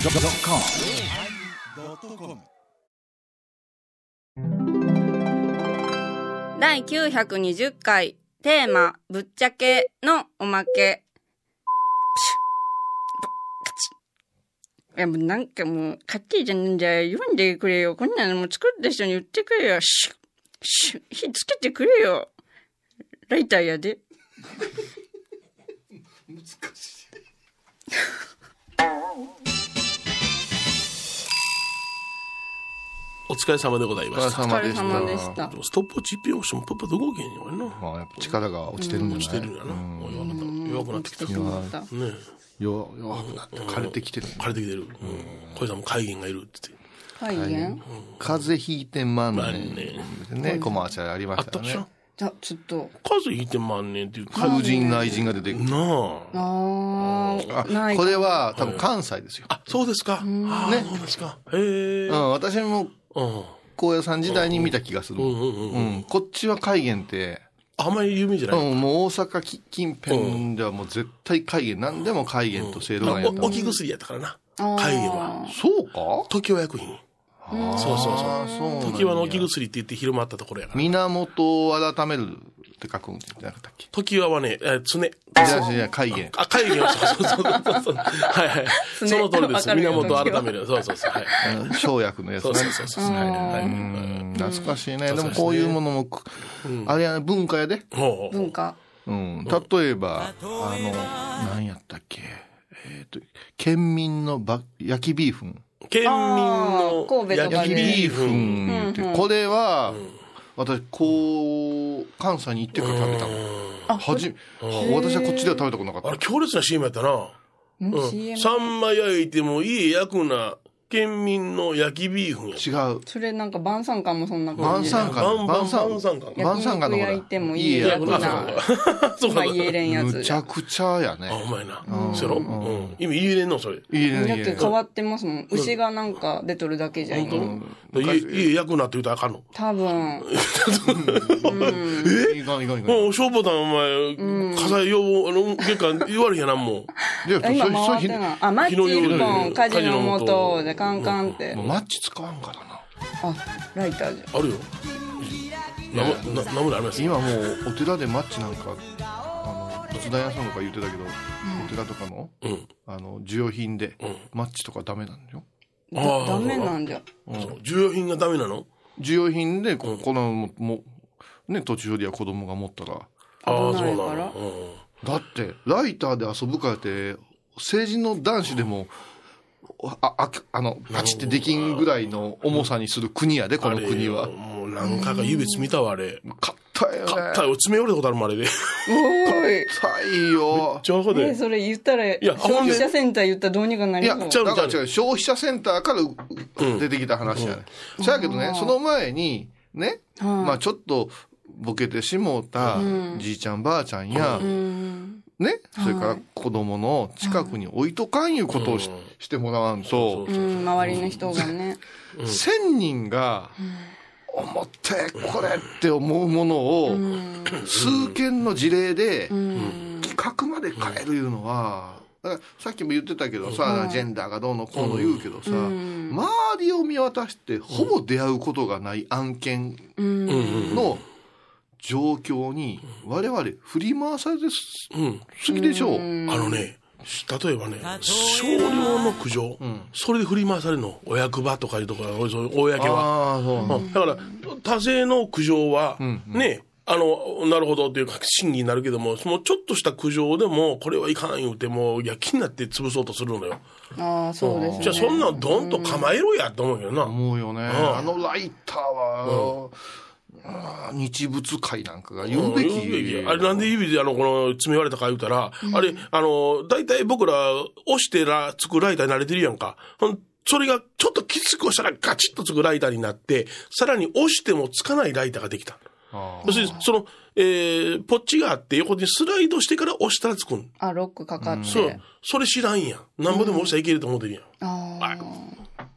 YONNIRI.com 第920回テーマ「ぶっちゃけ」のおまけプシュップカチッいやもうなんかもうかっけえじゃねえんだよ読んでくれよこんなのもう作った人に言ってくれよシュッシュッ火つけてくれよライターやでお疲れ様でございまお疲れした。様疲でれした。様でしたでもストップウォッチ一品押してもパパどこ行けへんよ、俺な。まあ、やっぱ力が落ちてるんじゃない落ちてるんやな。もう弱かった弱くなってきた。そうねだったよ弱くなって枯れてきてる。枯れてきてる。うん。小井さんも会議がいるって言って。はいね風邪ひいて万万年。ね、コマーシャルありまあしったたでしねょ。じゃちょっと数引いて万年っていうか。風人内人が出てくる。なあ。ああーないこれは多分関西ですよ。あ、そうですか。ああ、そうですか。へえ。うん、私もうん。高野さん時代に見た気がする。うんうんうんう。ん、こっちは海原って、あんまり有名じゃうない。ん、もう大阪き近辺ではもう絶対海原、何でも海原と聖路岩やったお。置き薬やったからな。あー会議は。そうか時和薬品。そうそうそうあーそうなんや時和の置き薬って言って広まったところやから。源を改めるって書くんじゃなかったっけ時和はね、えー常。じゃあ、じゃあ、海原。あ、会議を、そうそうそうそう。はいはい。そねの通りでわす。かるよ源を改める。そうそうそう。はい。うん生薬のやつそう。ねそうそうそう。はいはいはい。うん懐かしいね。でも懐かしいねこういうものもく、あれやね、文化やで。ほうほう文化うん。例えば、あの、何やったっけ。えっと、県民のば焼きビーフン。県民のあー神戸とか焼ねきビーフン。ン言って、これは、私、こう、関西に行ってから食べたの。はじ、私はこっちでは食べたことなかっあたれ、。強烈な CM やったな。んうん。 CM 三枚焼いてもいい焼くな、県民の焼きビーフンや。違う。それなんか晩餐感もそんな感晩じ餐バン館、バン晩餐晩餐館晩餐館のほ焼らいてもいいいいややつつあ、なそうか。そうまかあ。言えれんやつむちゃくちゃやあ、ね。お前な。そうやろうん。意味言えれんの、それ。いいだね、っいいてね。変わってますもん牛がなんか出とるだけじゃいけん家、家焼くなって言うたらあかんの。多分いかんいかんいかん。もう、消防団、お前、火災予防、あの、月間言われへんやな、もう。で、それ、今それ回っひてないあマッチ1本火事のもとでカンカンってもうマッチ使わんからな。あライターじゃんあるよ。なむ、な、なむでありますよ。今もうお寺でマッチなんか、あの、仏壇屋さんとか言ってたけど、お寺とかの、うん。あの、需要品で、マッチとかダメなんだよ。ああダメなんじゃそう重要品がダメなの需要品で、ここの、ももう、ね、途中よりは子供が持ったら、ああ、危なそうないからの。うんだって、ライターで遊ぶからって、成人の男子でも、あ、あ、あの、パチってできんぐらいの重さにする国やで、この国あはれ。もう何回か湯別見たわ、あれ。硬いよね。硬い、詰め寄れたことあるもん、あれで。めっおーい硬いよ。ちゃわかえで。それ言ったらや消費者センター言ったらどうにかないりや、そうだちゃうから違う、消費者センターからう出てきた話やね。そやけどね、その前に、ね、まあちょっとボケてしもうた、じいちゃんばあちゃんや、ね、それから子供の近くに置いとかんいうことをししてもらわんと、うん周りの人がね千人が、思ってこれって思うものを、数件の事例で、企画まで変えるいうのは、だからさっきも言ってたけどさ、ジェンダーがどうのこうの言うけどさ、周りを見渡してほぼ出会うことがない案件の状況に、我々振り回されてすうん。すぎでしょう。あのね、例えばね、少量の苦情、それで振り回されるの。お役場とかいうところが、そういう公は。ああ、そううんだから、多勢の苦情は、ね、あの、なるほどっていうか、審議になるけども、そのちょっとした苦情でも、これはいかん言うて、もう、いや、気になって潰そうとするのよ。ああそうですねじゃあ、そんなんどんと構えろやと思うけどな。思うよね。あのライターは、あー日仏会なんかが言うべき。あれなんで指であの、この、詰め割れたか言うたら、あれ、あの、大体僕ら、押してら、つくライターに慣れてるやんか。ほんそれが、ちょっときつく押したらガチッとつくライターになって、さらに押してもつかないライターができた。あー要するに、その、えー、ポッチがあって横にスライドしてから押したらつくん。あロックかかってそう。それ知らんやん。なんぼでも押したらいけると思ってるやん。ああ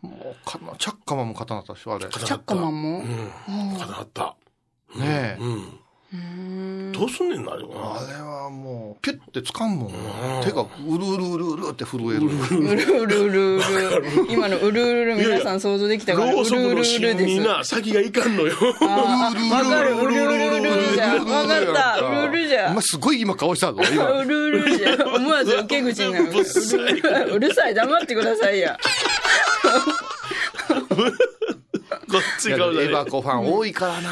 もうかな、チャッカマンも刀だったでしょ、あれ。ねチャッカマンもうん。かなった。えう。ん。うんどうすんねんな、あれあは。れはもう、ピュッて掴んもんな。手がうるうるうるうるって震える。うるうるうるうる。今のうるうる皆さん想像できたかろら、ううそるくうるうのる芯でにす。な、先がいかんのよ。 あーわかる、うるうるうるうるじゃん。わかった、うるうるじおゃん前。すごい今顔したぞ、今。うるうるじゃん。思わず受け口になる。ぶっさいうるさい、黙ってくださいや。こっちエ顔だね。バコファン多いからな。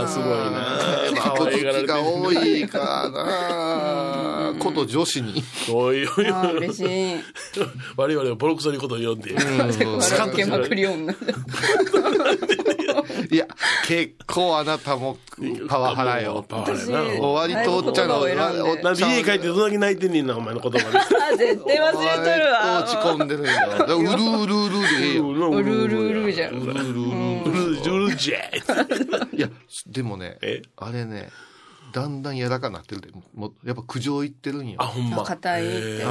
ああ、すごい な。結まあ構可愛がられて時がる多いからな。こと女子に。おいおいああ、嬉しい。 我々はボロクソにことを読んで。 笑うけまくり女。いや、結構あなたもパワハラよ。パワハラやな。私終わりとおっちゃんの、言葉を選んでおなっんちでゃん家帰ってどんだけ泣いてんねんな、お前の言葉で。あ、絶対忘れとるわ。割と落ち込んでるんだ。だからうるうるうるでいいよ。うううるうるうるるじゃん。るうるううる。るうるじゃいや、でもねえ、あれね、だんだん柔らかになってるで。もうやっぱ苦情言ってるんよあ、。ほんま。硬いってへえう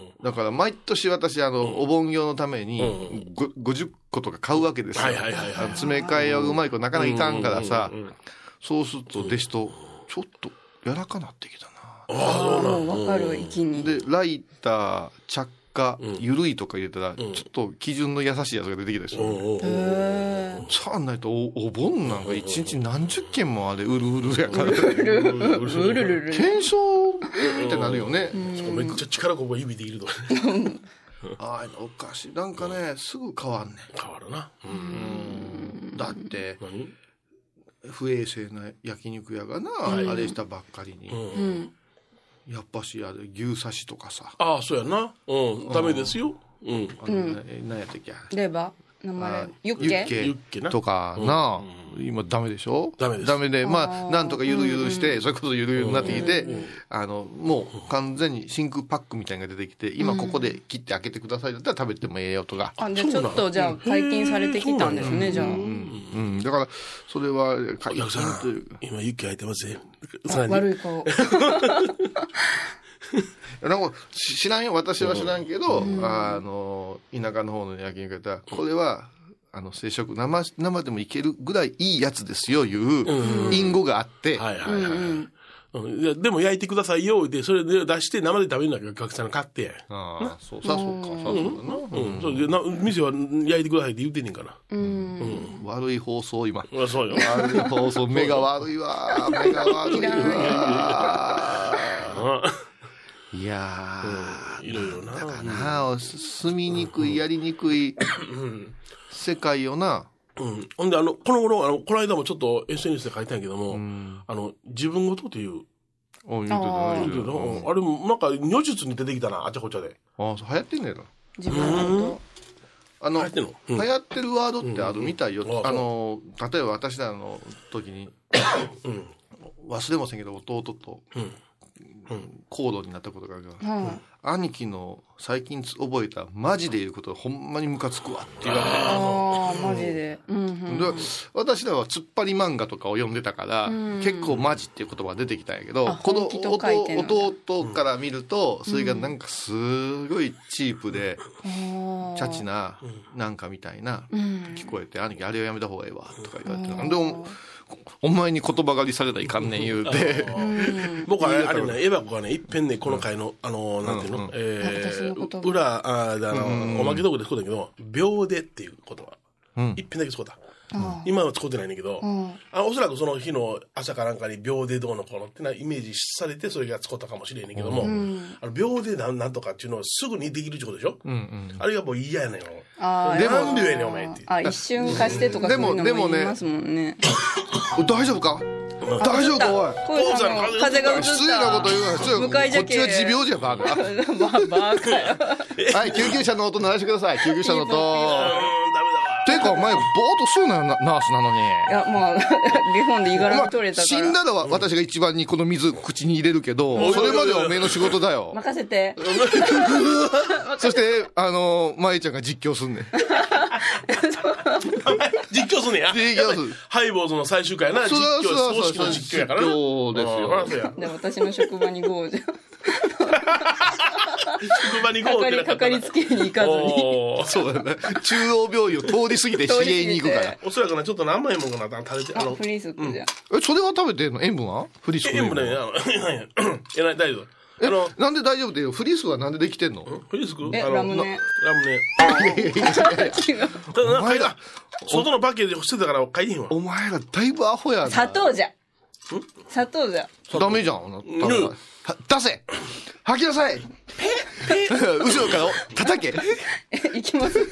んだから毎年私、あの、お盆用のために、ご50個とか買うわけですよ。はいはいはいはいあの詰め替えはうまい子なかなかいかんからさうんうんうんうん、そうすると弟子と、ちょっと柔らかなってきたな。ああ、もうわかる、息に。で、ライター、着火、ゆるいとか入れたら、ちょっと基準の優しいやつが出てきたでしうんょ。うんうんへーさあないとお、お盆なんか一日何十件もあれ、うるうるやから、うるるるる。検証ってなるよね。しかもめっちゃ力こぶ指でいるとかああいうのおかしい。なんかね、すぐ変わんね変わるな。うんん。だって、何不衛生な焼肉屋がな、あれしたばっかりに、やっぱしあれ牛刺しとかさああ、そうやな。うん、ダメですよ。うん。あの、ね何やったっけレバー名あ前。ユッケユッケなとかな、今ダメでしょダメですダメでまあなんとかゆるゆるして、それこそゆるゆるになってきて、あのもう完全に真空パックみたいなのが出てきて今ここで切って開けてくださいだったら食べてもええよとか、あ、じゃあちょっとじゃあ解禁されてきたんですね、じゃあ。うん、だからそれは解お客さ、禁というん今ユッケ開いてますよ。さらに。悪い顔。なんかし知らんよ私は知らんけど、あの田舎の方の焼肉屋だこれはあの生食生生でもいけるぐらいいいやつですよいう隠語があって、はいはいはい。うんいやでも焼いてくださいよ、で、それで出して生で食べるんだけど、お客さんが買って。ああそうさあそうかさあそううだな、ん。そうでな店は焼いてくださいって言ってんねんから。悪い放送今うん。そうよ。悪い放送目が悪いわ目が悪いわいやいろいろな。ーなあ住みにくいやりにくい世界よなうん。ほんで、あの、この頃、あの、この間もちょっと SNS で書いたんやけども、あの、自分ごとという、お言うてたあなあ言うれてたなうんもなんか、如実に出てきたな、あちゃこちゃで。ああそう流行ってんねやろ自分のこあの流行ってんのうん流行ってるワードってあるみたいようんう。んあの、例えば私らの時に、忘れませんけど、弟と、高度になったことがあるかと。ら、はい。兄貴の最近覚えたマジでいることがほんまにムカつくわっていう。ああ、マジで。うんうん。で私らは突っ張り漫画とかを読んでたから、結構マジっていう言葉が出てきたんやけどあ、この本気と書いてんの弟弟から見ると、それがなんかすごいチープで、あチャチな、なんかみたいな、聞こえて、兄貴、あれはやめた方がいいわ、とか言われて、なんでお、お前に言葉狩りされたらいかんねん言うて、僕はねあれね、エヴァ子がね、いっぺんね、この回の、あの、なんていうの、え私のことー、裏、あーあの、おまけどこで使うたんだけど、秒でっていう言葉。いっぺんだけ使うた。今は使ってないんだけど、あおそらくその日の朝かなんかに秒でどうのこうのってなイメージされて、それが使ったかもしれんねんけども、あの秒でなんなんとかっていうのをすぐにできるってことでしょあれがもう嫌やねんよ。あーでやっぱなんでやねんお前ってあ、一瞬貸してとかそういうのでもも言でもねいますもんね。大丈夫か大丈夫かおいこういうのこうじゃん風 が映った。失礼なこと言う な、失向礼。こかいじゃっけちは持病じゃ バカ。まあ、バカよ。はい、救急車の音鳴らしてください、救急車のうーん、音。ダメだわ。てか、お前、ぼーっとするなよ、なナースなのに。いや、まあ、リフォンでいがらまが取れたから。死んだらは私が一番にこの水口に入れるけど、それまではおめえの仕事だ よ。任せて。そして、あの、まえちゃんが実況すんねん。実況すんねや。実や況するっぱりハイボーズの最終回やな、実そうだ況、そ葬うだ式の実況やからな。そうですようんほらそうやで、私の職場にゴーじゃん。職場に行かこうかってなりかかっかたなりつけに行かずに。おーそうだね。中央病院を通り過ぎて知り合いに行く通かり過らぎ。おそらくな、ちょっと何枚もんかな、食べて、ああ、のフ、リーズクじゃん。え、それは食べてんの塩分はフリスクの塩分ね、あの、いやいや、えらい、大丈夫。あの、え、なんで大丈夫ってフリスクはなんでできてんのフリスクえ、あのラムネ。ラムネ。違うただな、お前買いらだ。外のパッケージしてたから買いにんわ。お前らだいぶアホやな。砂糖じゃ。砂糖じゃ。ダメじゃん。あなうんたは出せ吐きなさい後ろから叩け え、いきますよ。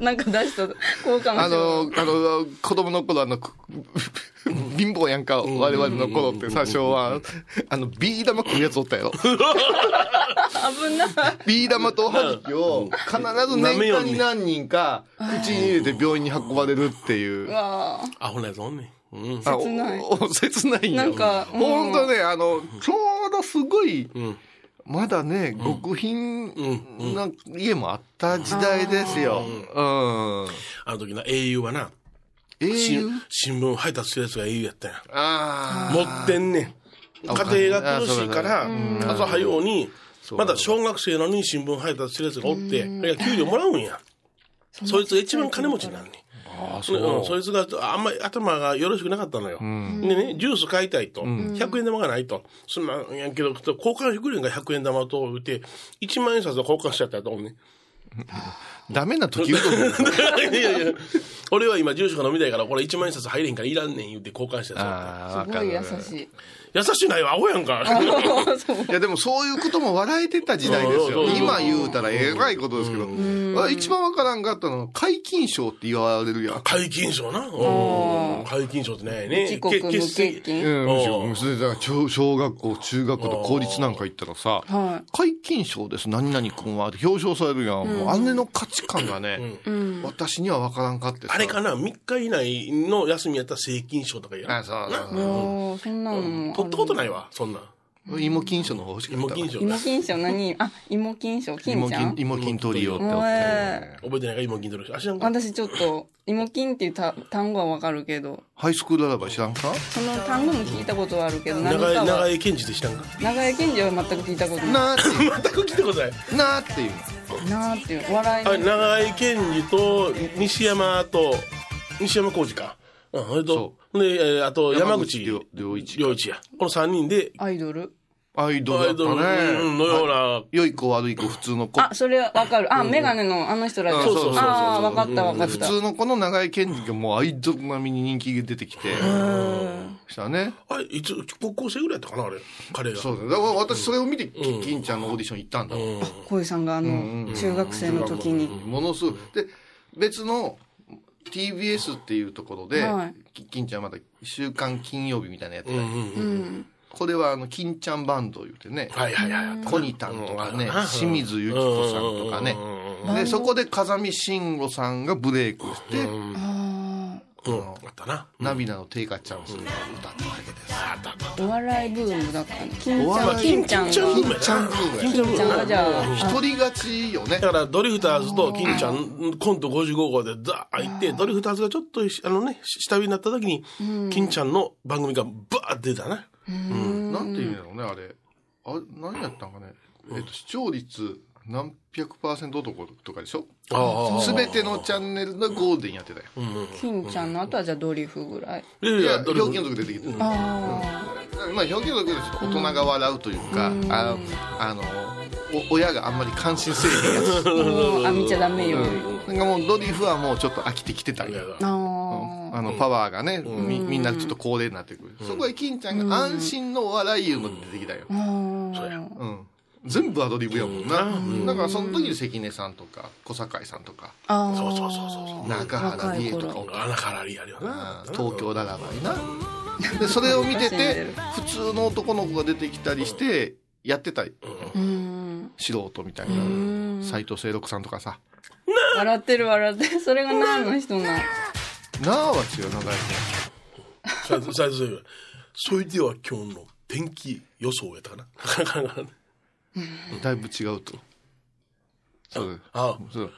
なんか出した、交換あの、あの、子供の頃、あの、く貧乏やんか、我々の頃って最初は、あの、ビー玉食うやつおったよ。危ない。ビー玉とおはじきを、必ず年間に何人か、口に入れて病院に運ばれるっていうう。わあアホなやつおんねん。うん。あ切ないおお切ないよ。なんかうん本当ね、あの、ちょうどすごい、んまだね、極貧んな家もあった時代ですよ。うん。あの時な、英雄はな、えしえ。新聞配達するやつが英雄やったんや。あ持ってんねん。家庭が苦しいから、朝早うに、まだ小学生なのに新聞配達するやつがおって、いや給料もらうんや。そいつが一番金持ちになんねん。あ。あそうん、そいつがあんまり頭がよろしくなかったのよ。でね、ジュース買いたいと、100円玉がないと、すまんやけど、交換してくれんが100円玉と言って、1万円札を交換しちゃったと思うね。ダメな時言うと思う いやいや、俺は今、住所が飲みたいから、これ1万円札入れへんからいらんねん言って交換してさ。あーわすかごるい優しい。優しいないわ、アホやん か。いやでもそういうことも笑えてた時代ですそうよそうそう今言うたらえらいことですけどあ一番わからんかったのは皆勤賞って言われるやん解禁賞な。うん。解禁賞ってないね。時刻無け欠欠席勤。うん、あーむしろそれだから小小学校、中学校と公立なんか行ったらさ、は皆勤賞です、何々君はって表彰されるやん。もう姉の価値観がね、私には分からんかってさあれかな、3日以内の休みやったら正金賞とかやあ、なそうそうい。おー、そんなのもある。取ったことないわ、そんなん。そう。芋金賞の方欲しかった芋わ。金賞。芋金賞何あ、芋金賞、金芋ちゃん金、芋金トリオっておって。え覚えてないか芋金取る人。あ、知らんか。私ちょっと、芋金っていうた単語はわかるけど、ハイスクールあらば知らんかその単語も聞いたことはあるけど、何か長江、長は、江健二で知らんか。 長江賢治は全く聞いたことななーってい全く聞いたことない。う、なーっていう。いなーっていう、笑いあの長井健二と西山と西山浩二か、うん、それとで、えーあと山口良良一。良一やこの3人でアイドル。アイドアイルだドっルたね。うんのような、良い子悪い子普通の子。あ、それはわかる。あ、メガネのあの人らでしょそうそうそうそうあー、わかったわかっ普た。通の子の長い権利がもうアイドル並みに人気が出てきて、したね。あれいつ高校生ぐらいやったかなあれ彼がそうだね。だから私それを見て、き金ちゃんのオーディション行ったんだもん。小井さんがあの、中学生の時に。ものすごい。で、別の TBS っていうところではい、き金ちゃんまだ週刊金曜日みたいなやつだようんうんううんん。これはあの、金ちゃんバンド言うてね、はいはいはいコニタンとかねうん、清水由紀子さんとかねうん。で、そこで風見慎吾さんがブレイクして、あうんうんあったな涙の低下チャンスを歌ったわけです。あったあったーお笑いブームだったの。金おちゃん、笑い金ちゃんが。金ちゃんブームやな金ちゃんブ金金ちゃんブームームやちゃんやがなじゃあ、一人勝ちよね。だからドリフターズと金ちゃんコント55号でザー行ってドリフターズがちょっとあのね下火になった時に金ちゃんの番組がバーって出たななんていうんやろうね、あれ。あれ、何やったんかね。えっと、視聴率何百パーセント男とかでしょあすべてのチャンネルのゴールデンやってたよ。金ちゃんの後はじゃあドリフぐらい。いやいいや、やド表リフ現族出てきてる。まあ、あ表現族でちょっと大人が笑うというか、ああの、お親があんまり関心せえへんやつ。 あ、もう、あ、見ちゃダメよ。なんかもうドリフはもうちょっと飽きてきてたんいやや。だああ。あのパワーがね、みみんなちょっと高齢になってくる、そこへ金ちゃんが安心のお笑いいうの出てきたよ、そうやうん、全部アドリブやもんな、うんだからその時に関根さんとか小堺さんとかああ。。そうそうそうそう中原理恵とかおっ穴からリアルよたな。東京ララバイなでそれを見てて普通の男の子が出てきたりしてやってたりうん。素人みたいんな斎藤清六さんとかさ笑ってる笑ってる。それが何の人なのなあは違う長い最初最初それでは今日の天気予想やった かな。だいぶ違うとそうあ、そう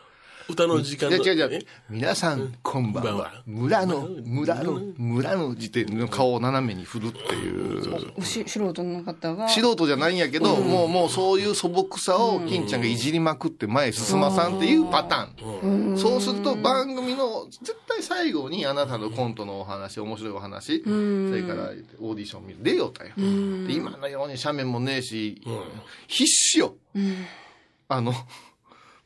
歌の時間いやの。違う違えう。皆さん、こんばこんんばんはは。村の、村の、村の時点の顔を斜めに振るっていう。し素人の方が。素人じゃないんやけど、もう、もうそういう素朴さを、金ちゃんがいじりまくって前へ進まさんっていうパターン。そうすると、番組の、絶対最後にあなたのコントのお話、面白いお話、それからオーディション見る。出よったよ。で今のように斜面もねえし、必死よ。あの、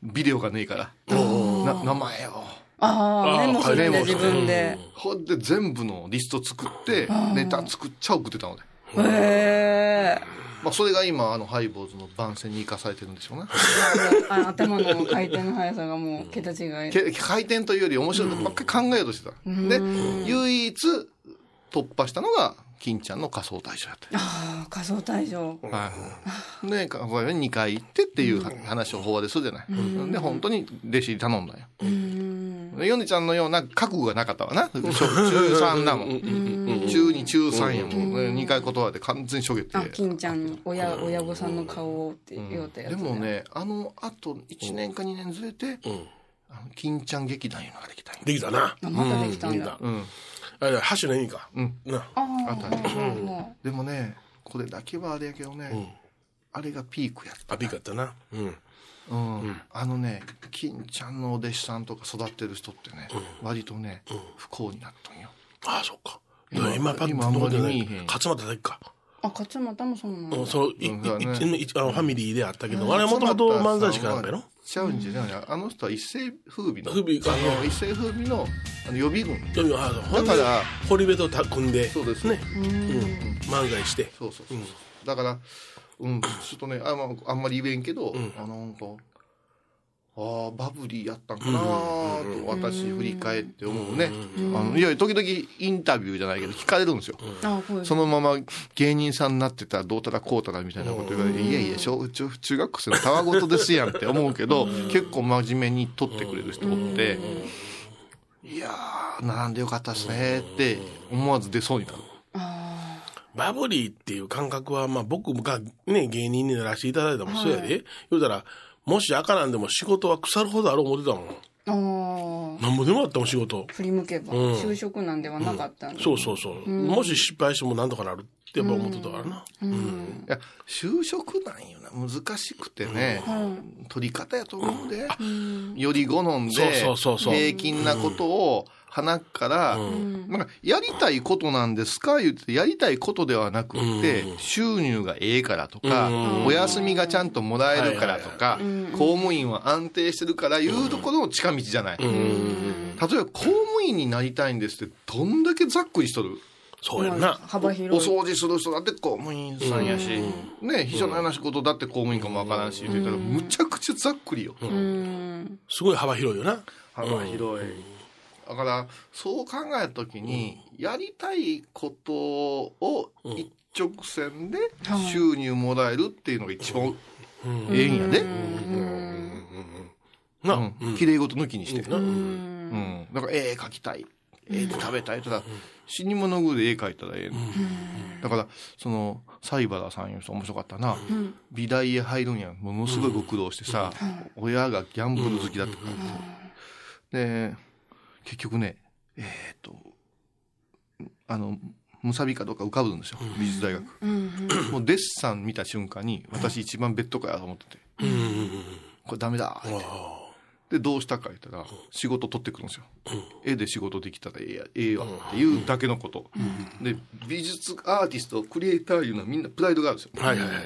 ビデオがねえから。な名前を。ああ、メモするんだ、あー自分で。ほんで全部のリスト作って、ネタ作っちゃ送ってたので。へえ。まあ、それが今、あの、ハイボーズの番宣に生かされてるんでしょうね。あの頭の回転の速さがもう桁違い。け回転というより面白いことばっかり考えようとしてた。で、唯一突破したのが、金ちゃんの仮装大賞やって。ああ、仮想大賞。はい。で、過去に2回行ってっていう話を法話でするじゃない。で、本当に弟子に頼んだよ。でヨネちゃんのような覚悟がなかったわな。中3だもん。中2、中3やもん。2回断られて完全にしょげて。あ、金ちゃんの親、親御さんの顔をって言おうたやつ、でも。ね、あの、あと1年か2年ずれて、あの金ちゃん劇団いうのができたんよできたな。あまたできたんだ。うん。あれ、箸の意味か。な。ああ、あったねもでもね、これだけはあれやけどね、あれがピークやった。あ、ビかったな。うん。うん。あのね、金ちゃんのお弟子さんとか育ってる人ってね、割とね、不幸になったんよ。ああ、そっか。今今、パッ今と残ってなあんまりい見えへん。勝俣だけか。うあ、勝俣もそうなうんん、だ。その、い、い、うんそうだねいいあの、ファミリーであったけど、あれはもともと漫才師からやったやろちゃうんじゃないあの人は一世風靡の。風靡かあの一世風靡のあの予備軍。でもあのほんだでから堀部とた組んで、そうですね。うん。漫才して。そうそうそうそう、だから、うん、ちょっとね、あまあ、あんまり言えんけど、あの、なんか、ああ、バブリーやったんかなーと、私、振り返って思うね。あのいや、時々インタビューじゃないけど、聞かれるんですよ。あ、こうですそ。のまま芸人さんになってたらどうたらこうたらみたいなこと言われて、いやいや、小中中学生のたわごとですやんって思うけど、結構真面目に撮ってくれる人おって、いやー、並んでよかったですねって思わず出そうになる。あバブリーっていう感覚は、まあ僕がね、芸人にならせていただいたもん、そうやで。言うたら、もし赤なんでも仕事は腐るほどある思ってたもん。あ。ああ。なんぼでもあったもん、仕事。振り向けば、うん就職なんではなかったんだ。そうそうそう。もし失敗してもなんとかなるってやっぱ思ってたからな。いや就職なんよな難しくてね、取り方やと思うで、より好んでそうそうそうそう平均なことを鼻から、なんかやりたいことなんですか言ってやりたいことではなくって、収入がええからとか、お休みがちゃんともらえるからとか、公務員は安定してるからいうところの近道じゃない、例えば公務員になりたいんですってどんだけざっくりしとるそうやんまあな。幅お広い。掃除する人だって公務員さんやし、ね、秘書のような仕事だって公務員かもわからんし、って言ったら、むちゃくちゃざっくりよ。うん。すごい幅広いよな。幅広い。だから、そう考えたときに、やりたいことを一直線で収入もらえるっていうのが一番ええんやで。な。うん。綺麗事抜きにして。うん。だから、絵描きたい。絵で食べたい。ただ、死に物食うで絵描いたらええのだから、その、サイバラさんいう人面白かったな。美大へ入るんや。ものすごいご苦労してさ、親がギャンブル好きだったから。で、結局ね、えーっと、あの、ムサビかどうか浮かぶんですよ。美術 大学。もうデッサン見た瞬間に、私一番ベッドかやと思ってて。うんうんうん。これダメだって。で、どうしたか言ったら、仕事取ってくるんですよ。絵で仕事できたらええや、ええわっていうだけのこと。で、美術アーティスト、クリエイターいうのはみんなプライドがあるんですよ。はいはいはい。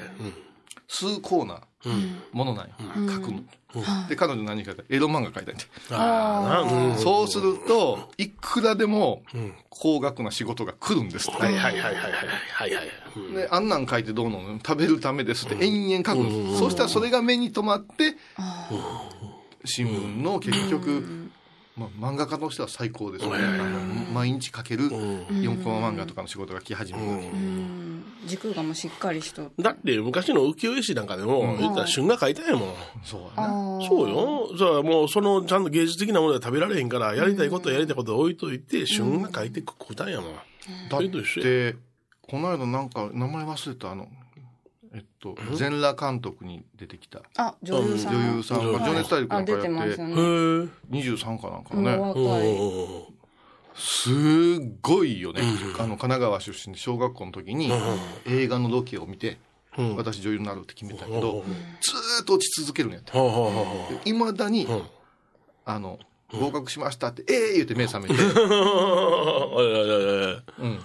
崇高なものなんよ。書くの。で、彼女何書いたエロ漫画書いたんで。ああ、な。うん。そうすると、いくらでも高額な仕事が来るんですって。はいはいはいはいはいはいはい。うんで、あんなん書いてどうなの食べるためですって延々書くんです。そうしたらそれが目に留まって、新聞の結局、まあ、漫画家としては最高ですよね。あの毎日書ける4コマ漫画とかの仕事が来始めたわけ。軸がもうしっかりしとって。だって昔の浮世絵師なんかでも、言ったら旬が書いたんやもん。そうやな。そうよ。じゃあもうそのちゃんと芸術的なものは食べられへんから、やりたいことはやりたいことは置いといて、旬が書いてくことやもん。だそれと一っ緒やて、この間なんか名前忘れた、あの、えっと全裸監督に出てきたあ、女優さん。女優さんがはい情熱大陸なあ、んかや出っててますよね。へえ。 23かなんかもうね若い。すっごいよねあの神奈川出身で小学校の時に映画のロケを見てうん。私女優になるって決めたけほうどずーっと落ち続けるんやってほうほうほいまだにうんあの合格しましたってええ言って目覚めてう。いやいやいやいやうんうん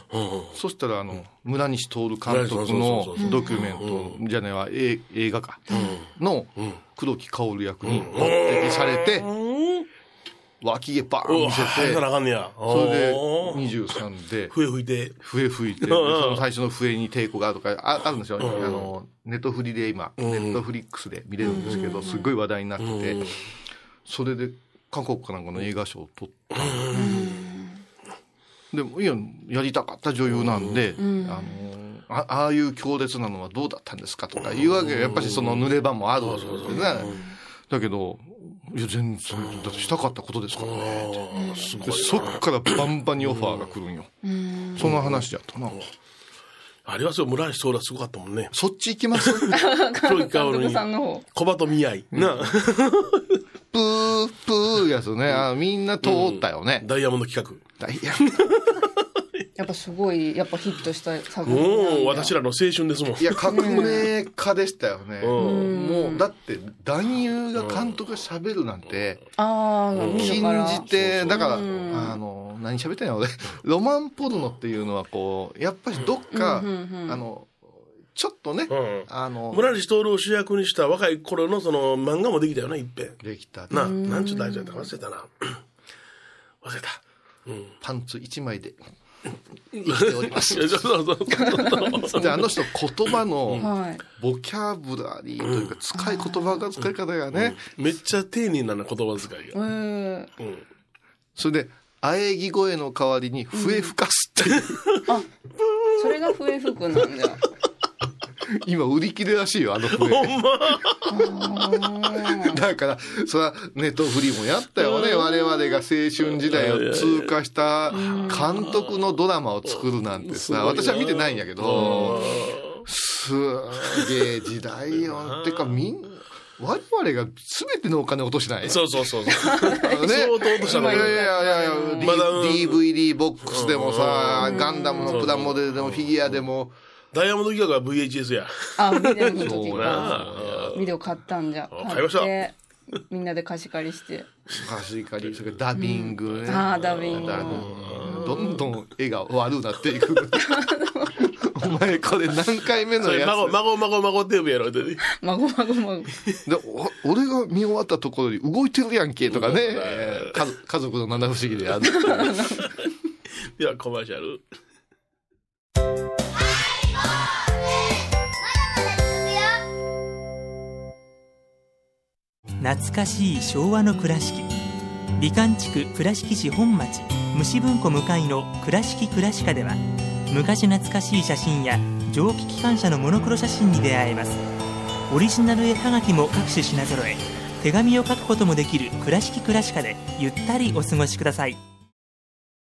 そしたらあの村西徹監督そのうそうそうそうドキュメントじゃねえわえ映画かのん黒木薫役に抜擢されて脇毛バーンう見わ、せ入てらなあかんねや。それでおー23で笛吹いて。笛吹いて、その最初の笛に抵抗があるとか、ああるんですよ。あの、ネットフリで今、ネットフリックスで見れるんですけど、すごい話題になってて、それで韓国かなんかの映画賞を取ったの。でも、いや、やりたかった女優なんで、あの、あああいう強烈なのはどうだったんですかとかいうわけやっぱりその濡れ場もあるんですよね。だけど、いや、全然、だってしたかったことですからね。ああ、すごいで。そっからバンバンにオファーが来るんよ。その話やったな。あれはそう、村西うだすごかったもんね。そっち行きますプ黒い監顔督にさ。んの方。小鳩見合い。なあ、ー、プーやつね。あみんな通ったよね。ダイヤモンド企ダイヤやっぱすごい、やっぱヒットした作品画。なんもで。う、私らの青春ですもんい。や、革命家でしたよね。うもう、だって、男優が監督が喋るなんて、ああ、見る禁から。じて、だから、あの、何喋ってんの俺、ロマンポルノっていうのはこう、やっぱりどっか、あの、ちょっとね、うんあの、村西徹を主役にした若い頃のその漫画もできたよな、いっぺん。できた、なあ、なんちゅう大事だったか忘れたな。忘れた。パンツ一枚で、生きております。いやそうそうそうで、あの人、言葉の、はい。ボキャブラリーというか、使い言葉が、使い方がね、めっちゃ丁寧なな言葉遣いが。うん。うん。それで、喘ぎ声の代わりに笛吹かすっていう、それが笛吹くなんだ。今売り切れらしいよ、あの笛。だから、そら、ネトフリもやったよね。我々が青春時代を通過した監督のドラマを作るなんてすごいなさ、私は見てないんやけど、すげえ時代よ。てか、みん、我々が全てのお金落としないそうそうそうそう。ね、相当落としたのいよやいやいやいや、D まだうん DVD ボックスでもさ、ガンダムのプラモデルでもフィギュアでも、ダイヤモンド企画は VHS や。 あ、ビデオの時そうか。なあ。ビデオ買ったんじゃ。買いましたってみんなで貸し借りして。貸し借り、それからダビングね。ああ、ダビング。だどんどん絵が悪くなっていく。お前これ何回目そのれ、や孫、孫、孫、孫テープやろ。って孫孫孫。つでお俺が見終わったところに動いてるやんけとかね、家族家族の七不思議でやる。では、コマーシャル。懐かしい昭和の倉敷美観地区倉敷市本町虫文庫向かいの「倉敷倉歯科」では昔懐かしい写真や蒸気機関車のモノクロ写真に出会えますオリジナル絵はがきも各種品揃え手紙を書くこともできる「倉敷倉歯科」でゆったりお過ごしください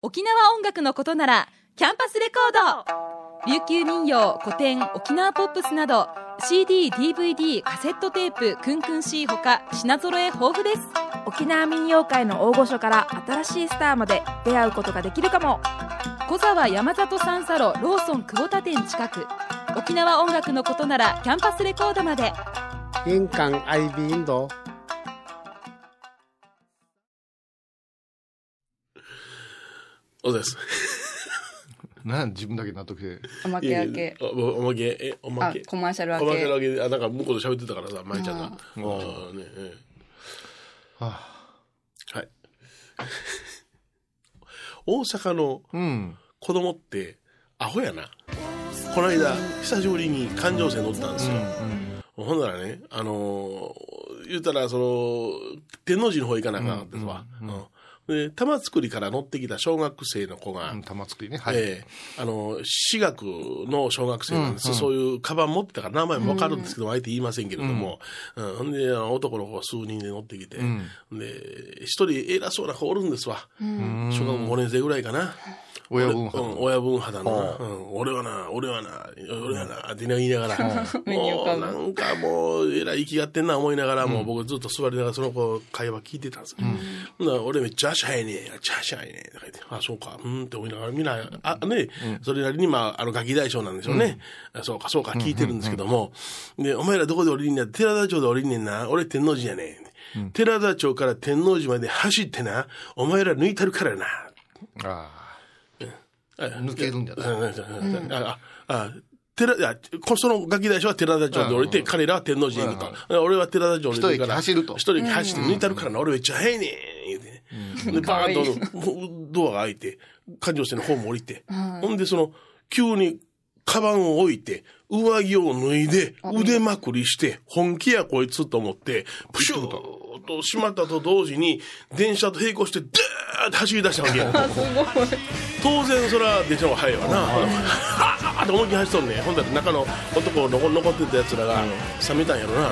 沖縄音楽のことならキャンパスレコード琉球民謡古典沖縄ポップスなど CDDVD カセットテープクンクン C ほか品揃え豊富です沖縄民謡界の大御所から新しいスターまで出会うことができるかも小沢山里三佐路ローソン久保田店近く沖縄音楽のことならキャンパスレコードまで玄関アイビーインドおです。なん自分だけ納得して。おまけ明け。おおまけ、え、おまあけ。、コマーシャルお明まけけ。だけで、あ、なんか向こうと喋ってたからさ、舞ちゃんが。ああー、ねえ。はあはい。 大阪のうん。子供ってアホやな。この間、久しぶりに環状線乗ったんですよ。ほんならね、あのー言うたら、その、天王寺の方行かなあかんかったですわ。うんで玉造りから乗ってきた小学生の子が、うん玉作りね。はい。ええあの、私学の小学生なんです、そういうカバン持ってたから名前もわかるんですけど、あえて言いませんけれども、うん、ほんで、あの男の子が数人で乗ってきて、で、一人偉そうな子おるんですわ。小学校5年生ぐらいかな。親分う派ん、親分肌のな、うん、俺はな、俺はな、俺はな、って言いながら、もうなんかもう、えらい生きがってんな思いながら、もう僕ずっと座りながらその子会話聞いてたんですよ。ほんなら俺めっちゃ足早いね、足早いね、とか言って、あ、そうか、うんって思いながら、みんな、あ、ね、それなりにまあ、あの、ガキ大将なんでしょうね。あそうか、そうか、聞いてるんですけども、で、お前らどこで降りんねん、寺田町で降りんねんな、俺天王寺やねん。寺田町から天王寺まで走ってな、お前ら抜いたるからな。あ抜抜けるんじゃないあ、あ、あ、寺、いや、こそのガキ大将は寺田町で降りて、彼らは天王寺に行くと。俺は寺田町に行くから。一人駅走ると一人駅走って抜いたるからな、俺めっちゃ早いねん、言うてね。で、バーンと、ドアが開いて、環状線の方も降りて。ほんで、その、急に、カバンを置いて、上着を脱いで、腕まくりして、本気やこいつと思って、プシューと閉まったと同時に、電車と並行して、ドゥーって走り出したわけや。当然そら電車の方が早いわな、はっと思いっきり走っとんねほんだら中の男の残ってたやつらが冷めたんやろな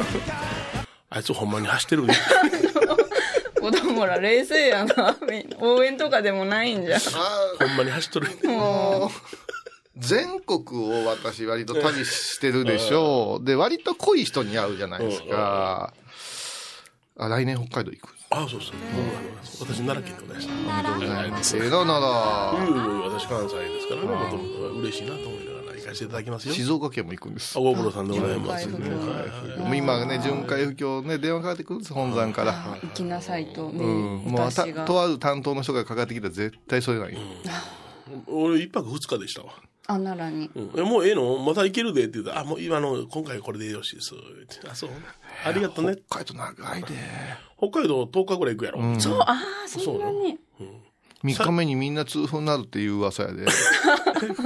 あいつほんまに走ってるね子供ら冷静やな。応援とかでもないんじゃ。あほんまに走っとるも全国を私割と旅してるでしょう。で、割と濃い人に会うじゃないですか。あ、来年北海道行く。ああそうそう、うん、私奈良県でございましたおめでとうございます。うええな、なら。ん私関西ですからねもともと嬉しいなと思いながら行かせていただきますよ静岡県も行くんですあ。ご苦労さんでございますねはいもう今ね、巡回不況ね、電話かかってくるんです、本山からあ。行きなさいと、ねうん。もうあた私が。とある担当の人がかかってきたら絶対それない。俺一泊二日でしたわあ、奈良に。うんえもうええのまた行けるでって言うと、あ、もう今の、今回これでよろしいです。ってあ、そう。ありがとうね。北海道長いで。北海道10日ぐらい行くやろ。そう、ああ、そんなに。 3日目にみんな痛風になるっていう噂やで。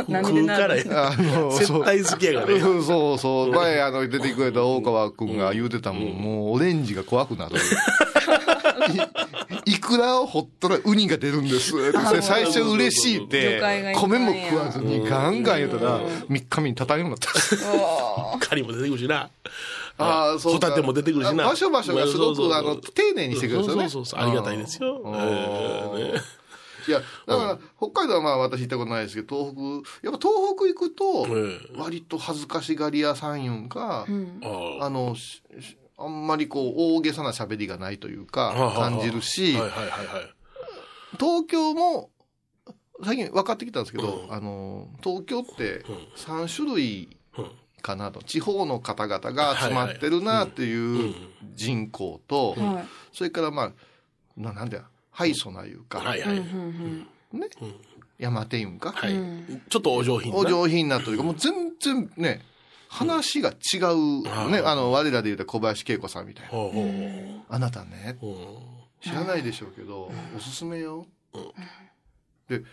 なん食でうなからや。あの、絶対好きやからね。うん そうそう。前、あの、出てくれた大川くんが言うてたもん。もう、オレンジが怖くなる。いいくらをほったらウニが出るんです。で最初嬉しいって魚介がい、っぱい米やも食わずにガンガン言うたら、3日目に畳むようになった。カニも出てくるしな。ああそうホかタテも出てくるしな。場所場所がすごそうそく、うあそうの、丁寧にしてくれるんですよね。そうそうそう。ありがたいですよ。うんええねいや、だから、北海道はまあ私行ったことないですけど、東北、やっぱ東北行くえと、割と恥ずかしがり屋さんゆんあか、ああの、ししあんまりこう、大げさな喋りがないというはあかは、あはあ感じるし、はいはいはいはい。東京も、最近分かってきたんですけど、あの、東京って3種類かなと、地方の方々が集まってるなっていう人口と、はい。それからまあ、ななんだよ、敗訴ないうか、はいはい。ね、山手いうんか、はい。ちょっとお上品な。お上品なというか、もう全然ね、話が違う、ね、あの、我らで言うと小林恵子さんみたいな。ほうほうあなたね、ほううん知らないでしょうけど、おすすめよ。で、連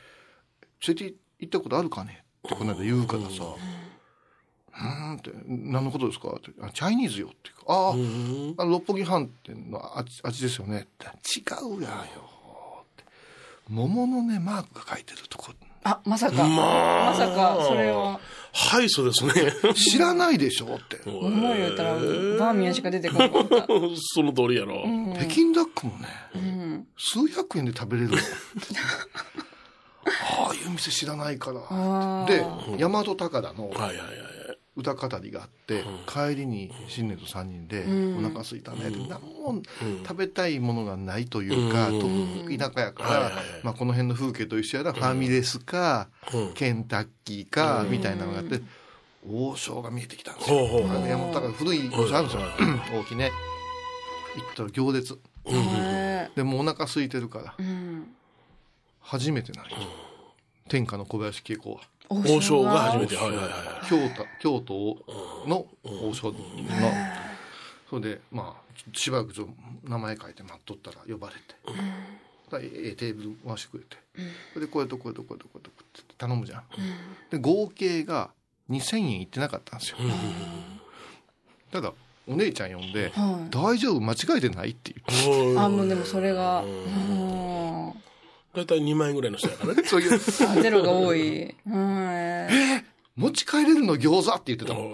れて行ったことあるかねってこの間言うからさ、うーんって、何のことですかって、あチャイニーズよっていうか、ああ、あの、六本木飯店のあっちあっちですよねって、違うやんよって。桃のね、マークが書いてるとこ、あ、まさか。まさか、それは。はい、そうですね。知らないでしょって。思い言ったら、バーミヤンしか出てこなかった。その通りやろ。北京ダックもね、数百円で食べれ るのああいう店知らないからってで大和高田のはいはいはいはい。歌語りがあって、帰りに新年と3人で「お腹空すいたね」って何も食べたいものがないというか、東北田舎やから、はいはいはいまあ、この辺の風景と一緒やらファミレスか、うんケンタッキーか、みたいなのがあって王将が見えてきたんですよ。ほうほうあほう。の大和高田古い王将あるんですよ、大きいね。行ったら行列。へでもうお腹空いてるから、えうん。初めてなんよ、天下の小林恵子は王将が初めて。はいはいはい。京都京都の王将の、それでまあしばらくちょ名前書いて待っとったら呼ばれて、だからええテーブル回してくれて、それでこれとこれとこれとこれとこれって頼むじゃん、で合計が2,000円いってなかったんですよ、ただお姉ちゃん呼んで「は大丈夫間違えてない?」って言ってい。あ、もうでもそれが。うんだいたい2万円ぐらいの人やからね。そういう、あゼロが多い。はい。持ち帰れるの餃子って言ってたもん。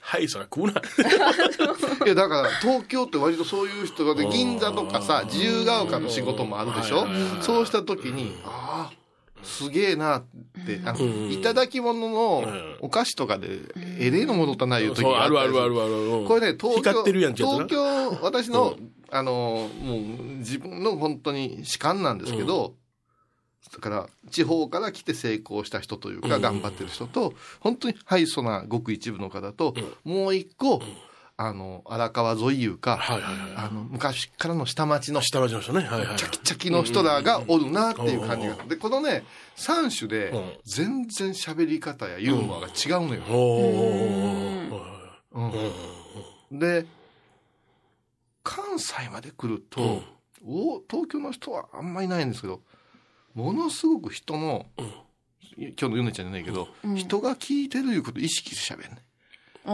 はい、そら食うな。いや、だから、東京って割とそういう人が、で銀座とかさ、自由が丘の仕事もあるでしょうんそうした時に、ああ、すげえなって、あうんの、いただき物のんお菓子とかで、えれえの戻ったな、いう時そう、があるあったりするあるある。うんこれね、東京、光ってるやんけどな東京、私の、あの、もう、自分の本当に主観なんですけど、だから、地方から来て成功した人というか、うん頑張ってる人と、本当に敗訴なごく一部の方と、もう一個、あの、荒川沿いいうはか、いはいはい。あの、昔からの下町の、チ下町の人ね。はいはいはい。ャキチャキの人らがおるなっていう感じがうん。で、このね、三種でうん、全然喋り方やユーモアが違うのよ。おーうんで関西まで来ると、お東京の人はあんまいないんですけどものすごく人の、うん今日のヨネちゃんじゃないけど、うん人が聞いてるいうことを意識して喋るねあ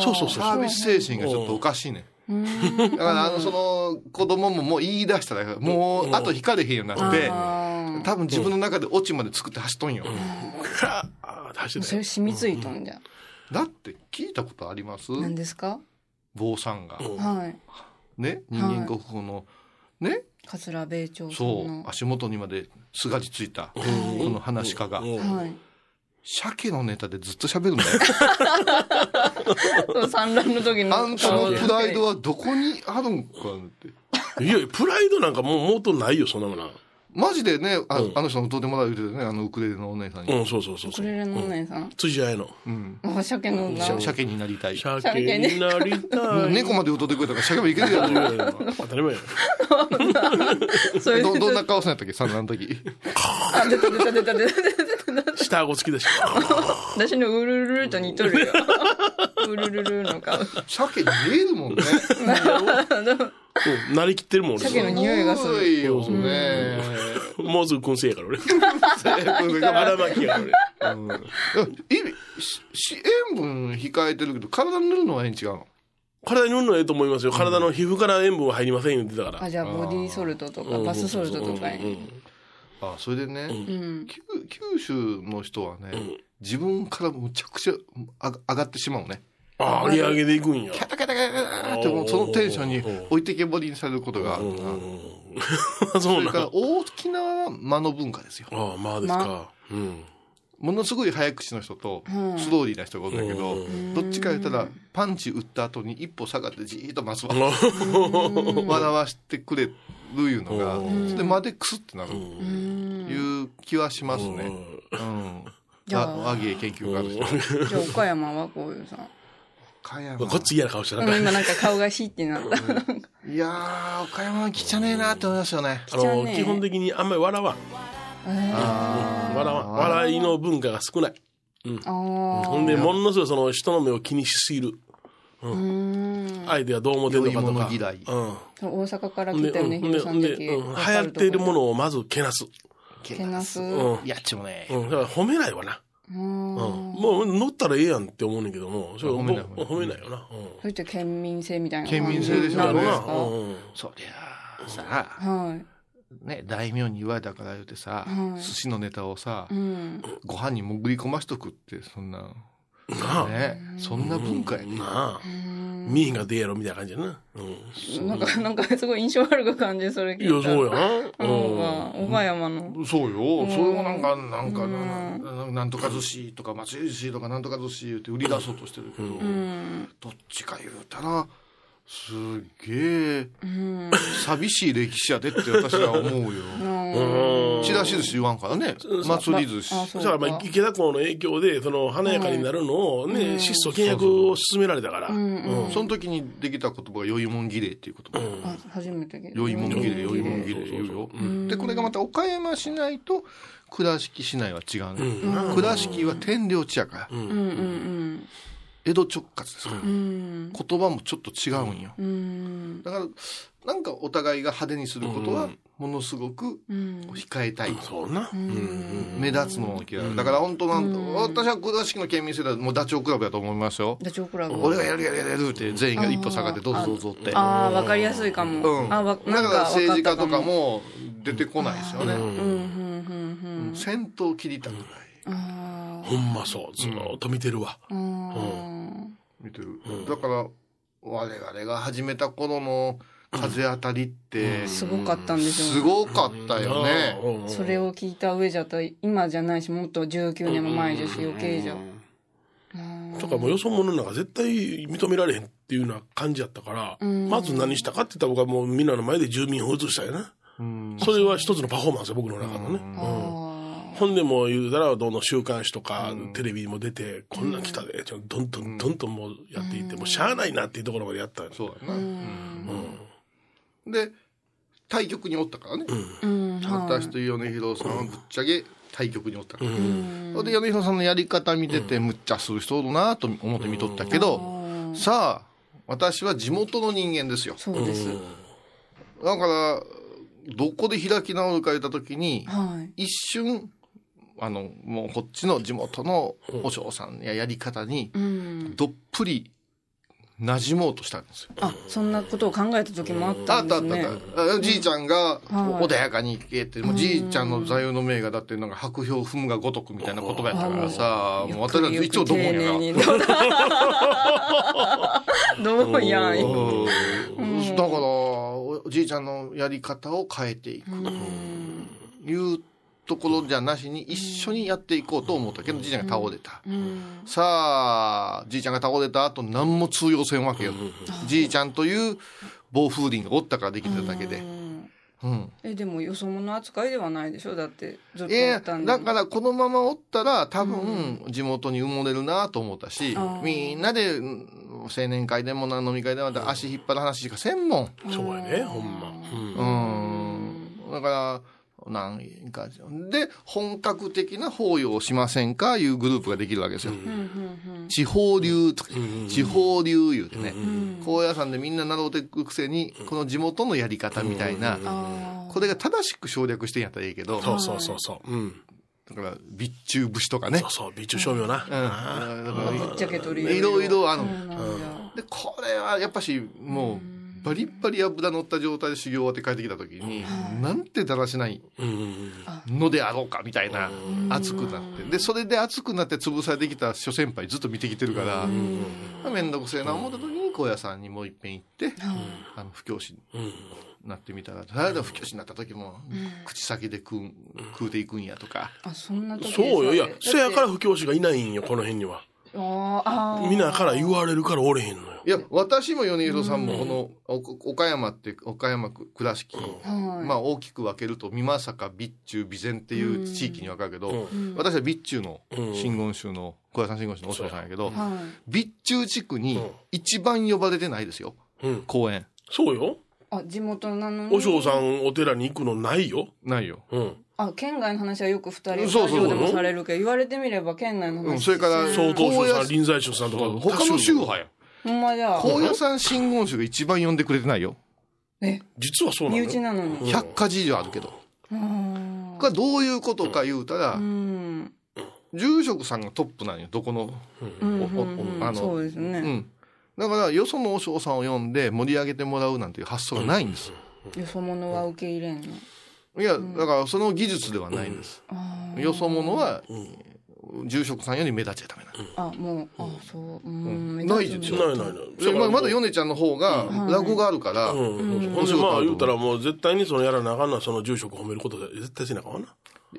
あ。そうそうそうサービス精神がちょっとおかしいねうだん。からあのその子供ももう言い出したらもううんあと引かれへんようになってあ多分自分の中でオチまで作って走っとんよ、かあー、出してあ。たそれよ染みついとんじゃ。だって聞いたことあります何ですか坊さんが、うんはい。ね人間国宝の、ね桂米朝さそんうの。足元にまですがりついたこの話し家がうんはい。鮭のネタでずっと喋る んだよそう産卵の時の。あんたのプライドはどこにあるんかっていやいや、プライドなんかもう元ないよ、そんなもんな。マジでねあ,、うんあの人のどうでもない言うてたよねあのウクレレのお姉さんうに、ん、そうそうそウうクそう。レレのおうん姉さん。辻合いの。うんあ、鮭のしゃ女。鮭になりたい鮭になりたい。猫まで歌ってくれたから鮭もいけるやろ当たり前や。そういうどどんな顔さんやったっけ産卵の時あ、出た出た出た出た出た。下顎付きだし。私のウルルルと似とるよ。ウルルルの顔。鮭に見えるもんねうんなりきってるもん、俺。鮭の匂いがするごいよねもうすぐ燻製やから、俺。う荒巻やから、俺。ん意味しし塩分控えてるけど体塗るのはええん違うの体に塗るのはええと思いますよ。体の皮膚から塩分は入りません言ってたからあ、。じゃあボディーソルトとか、うんバスソルトとかうんうんうに。んあそれでね、うん。九九州の人はね、自分からむちゃくちゃあ上がってしまうね。ああ、上げ上げでいくんや。カタカタカタカタってもうそのテンションに置いてけぼりにされることがあるな。あそそうれなかんら大きな間の文化ですよ。ああ、まあですか。うん。ものすごい早口の人とスローリーな人がいるんだけど、どっちか言ったらパンチ打った後に一歩下がってじーっと待つわ。笑わしてくれるいうのが、それまでクスってなるいう気はしますね。うん。じゃああ和芸研究家の人。じゃあ岡山はこういうさ。岡山こっち嫌な顔してうなんんか今なんか顔がシーってなった。いやー、岡山来ちゃねえなって思いますよね。あちゃうの、ね基本的にあんまり笑わん。うん笑わん。笑いの文化が少ない。あーほんで、ものすごいその人の目を気にしすぎる。うん。相手はどう思ってるのかと良いもか。の嫌いうん。大阪からほんで、来たよね、うんヒほんで、ロさほんんでだけ。うん流行っているもを。のをまずけなす。けなす。うん。うん。いやっちもね。だから褒めないわな。うん。うん。そもう乗ったらええやんって思うねんだけども、それあ褒めないもう褒めないよな。うん。ういった県民性みたいな。県民性でしょうねなんですうかんうんそりゃあ、さあ、はい。ね、大名に言われたから言うてさ、はい寿司のネタをさ、うん。ご飯に潜り込ましとくって、そんな、なあ。ね、そんな文化やね。なあ。ミーが出やろみたいな感じやな。うん。いなんか、なんかすごい印象悪く感じ、それ聞いや、たそうやな。なんか、岡山の。そうよ。それをなんか、なんか、なんかなんとか寿司とか、松江寿司とか、なんとか寿司言って売り出そうとしてるけど、うん。どっちか言うたら、すげえ、うん。寂しい歴史やでって私は思うよ。うん。チラシ寿司言わんからね。祭り寿司。あそそうしたら、まかあ、池田港の影響で、その、華やかになるのをね、質素倹約を勧められたから。うんその時にできた言葉が良いもん儀礼っていう言葉。あ初めて聞いた良いもん儀礼、良いもん綺儀礼言うよ。で、これがまた岡山市内と倉敷市内は違うね。うん倉敷は天領地やから。麗うんうん江戸直轄ですから、うん。言葉もちょっと違うんよ、うん。だからなんかお互いが派手にすることはものすごくうん。控えたい、そうな。うんうん目立つのを嫌い、だから本当なん、私は倉敷の県民世代はもうダチョウ倶楽部だと思いますよ、ダチョウ倶楽部。俺がやるやるやるやるって全員が一歩下がってどうぞどうぞってああ、わかりやすいかも。うん、あ、わだかから政治家とか。も出てこないですよね、うん、うん、うん。戦闘を切りたくないあほんまそう。ずーっと見てるわ。あ。うん。見てる、だから我々が始めた頃の風当たりってすごかったんですよ。すごかったよね、うんうんそれを聞いた上じゃと、今じゃないし、もっと19年も前じゃし、余計じゃ。とかもうよそ者なんか絶対認められへんっていうような感じやったから、まず何したかって言ったら僕はもうみんなの前で住民を移したよな。それは一つのパフォーマンスよ僕の中のね。うんほんでもう言うたら、どんどん週刊誌とか、テレビにも出て、こんなん来たで、ちょどんどんどんどんもうやっていって、もうしゃあないなっていうところまでやったんですそうだな、うんで対局におったからね、うん。私と米広さんはぶっちゃけ対局におったから、それで米広さんのやり方見てて、むっちゃする人だなと思って見とったけど、さあ私は地元の人間ですよそうです。だからどこで開き直るか言った時に、はい。一瞬あのもうこっちの地元のお嬢さんややり方にうん。どっぷり馴染もうとしたんですよ。あ、そんなことを考えた時もあったあんっでたあすっね。たあったあじいちゃんがはい穏やかに行けって、もうじいちゃんの座右の銘がだってなんか白氷踏むが如くみたいな言葉やったからさ、もう私はよく一応どこや丁寧が。に どうや んよ。うんだから、おじいちゃんのやり方を変えていく。いうところじゃなしに一緒にやっていこうと思ったけど、じいちゃんが倒れた。さあ、じいちゃんが倒れた後、何も通用せんわけよ。じいちゃんという暴風林がおったからできてただけで。うん。え、でもよそ者扱いではないでしょだって、ずっとえやえったんで。だからこのままおったら多分地元に埋もれるなと思ったし、みんなでうん青年会でもな飲み会でもな足引っ張る話しかせんもん。そうやね、ほんま。うんうんだから、なんか、で、本格的な法要をしませんかいうグループができるわけですよ。地方流とか、地方流言うてね、高野山でみんな習うてくくせに、この地元のやり方みたいな、これが正しく省略してんやったらいいけど、そうそうそうそう。うん。だから、備中節とかねそう、そう、備中証明な。うんだからぶっちゃけ取りいろいろあるの。なんだで、これはやっぱし、もう、バリッバリ油乗った状態で修行終わって帰ってきた時に、なんてだらしないうんうんのであろうかみたいな熱くなってでそれで熱くなって潰されてきた諸先輩ずっと見てきてるから面倒くせえな思った時に高野山にもういっぺん行ってあの布教師にうん。なってみたら誰でも布教師になった時も口先で食う食うていくんやとかあ、そんな時。そうよ。いや、せやからら不教師がいないんよ、この辺には。ああ、ああ。皆から言われるからおれへんのよ。いや私も米広さんもこのお岡山って岡山区倉敷まあ大きく分けると美作備中備前っていう地域に分かるけど私は備中の真言宗の高野山真言宗のお嬢さんやけど。はい。備中地区に一番呼ばれてないですよ、うん。公園そうよ。あ、地元なのに。お嬢さんお寺に行くのないよ。ないよ、うん。あ、県外の話はよく二人、そうそうそラうジオでもされるけど、言われてみれば県内のうん、話。それから総統高宗さ野ん、臨済宗さんとか。他の宗派やほんまだ。高野山真言宗が一番呼んでくれてないよえ、実はそうな身の内よ。なのに。 100か寺以上あるけどこれはどういうことか言うたらうん。住職さんがトップなんよどこのおおおあそうのですね。うんだからよその和尚さんを呼んで盛り上げてもらうなんていう発想がないんですよそ者は受け入れんの。いやだからその技術ではないんですよそ者は住職さんより目立っちゃダメなんですあ、もう、あ、そう、うん。目立つないですよないないない。でまあまだよ。米ちゃんの方が落語があるから、うん。ほんでまあ言うたらもう絶対にそのやらなあかんのはその住職褒めることで絶対せなあかんわな。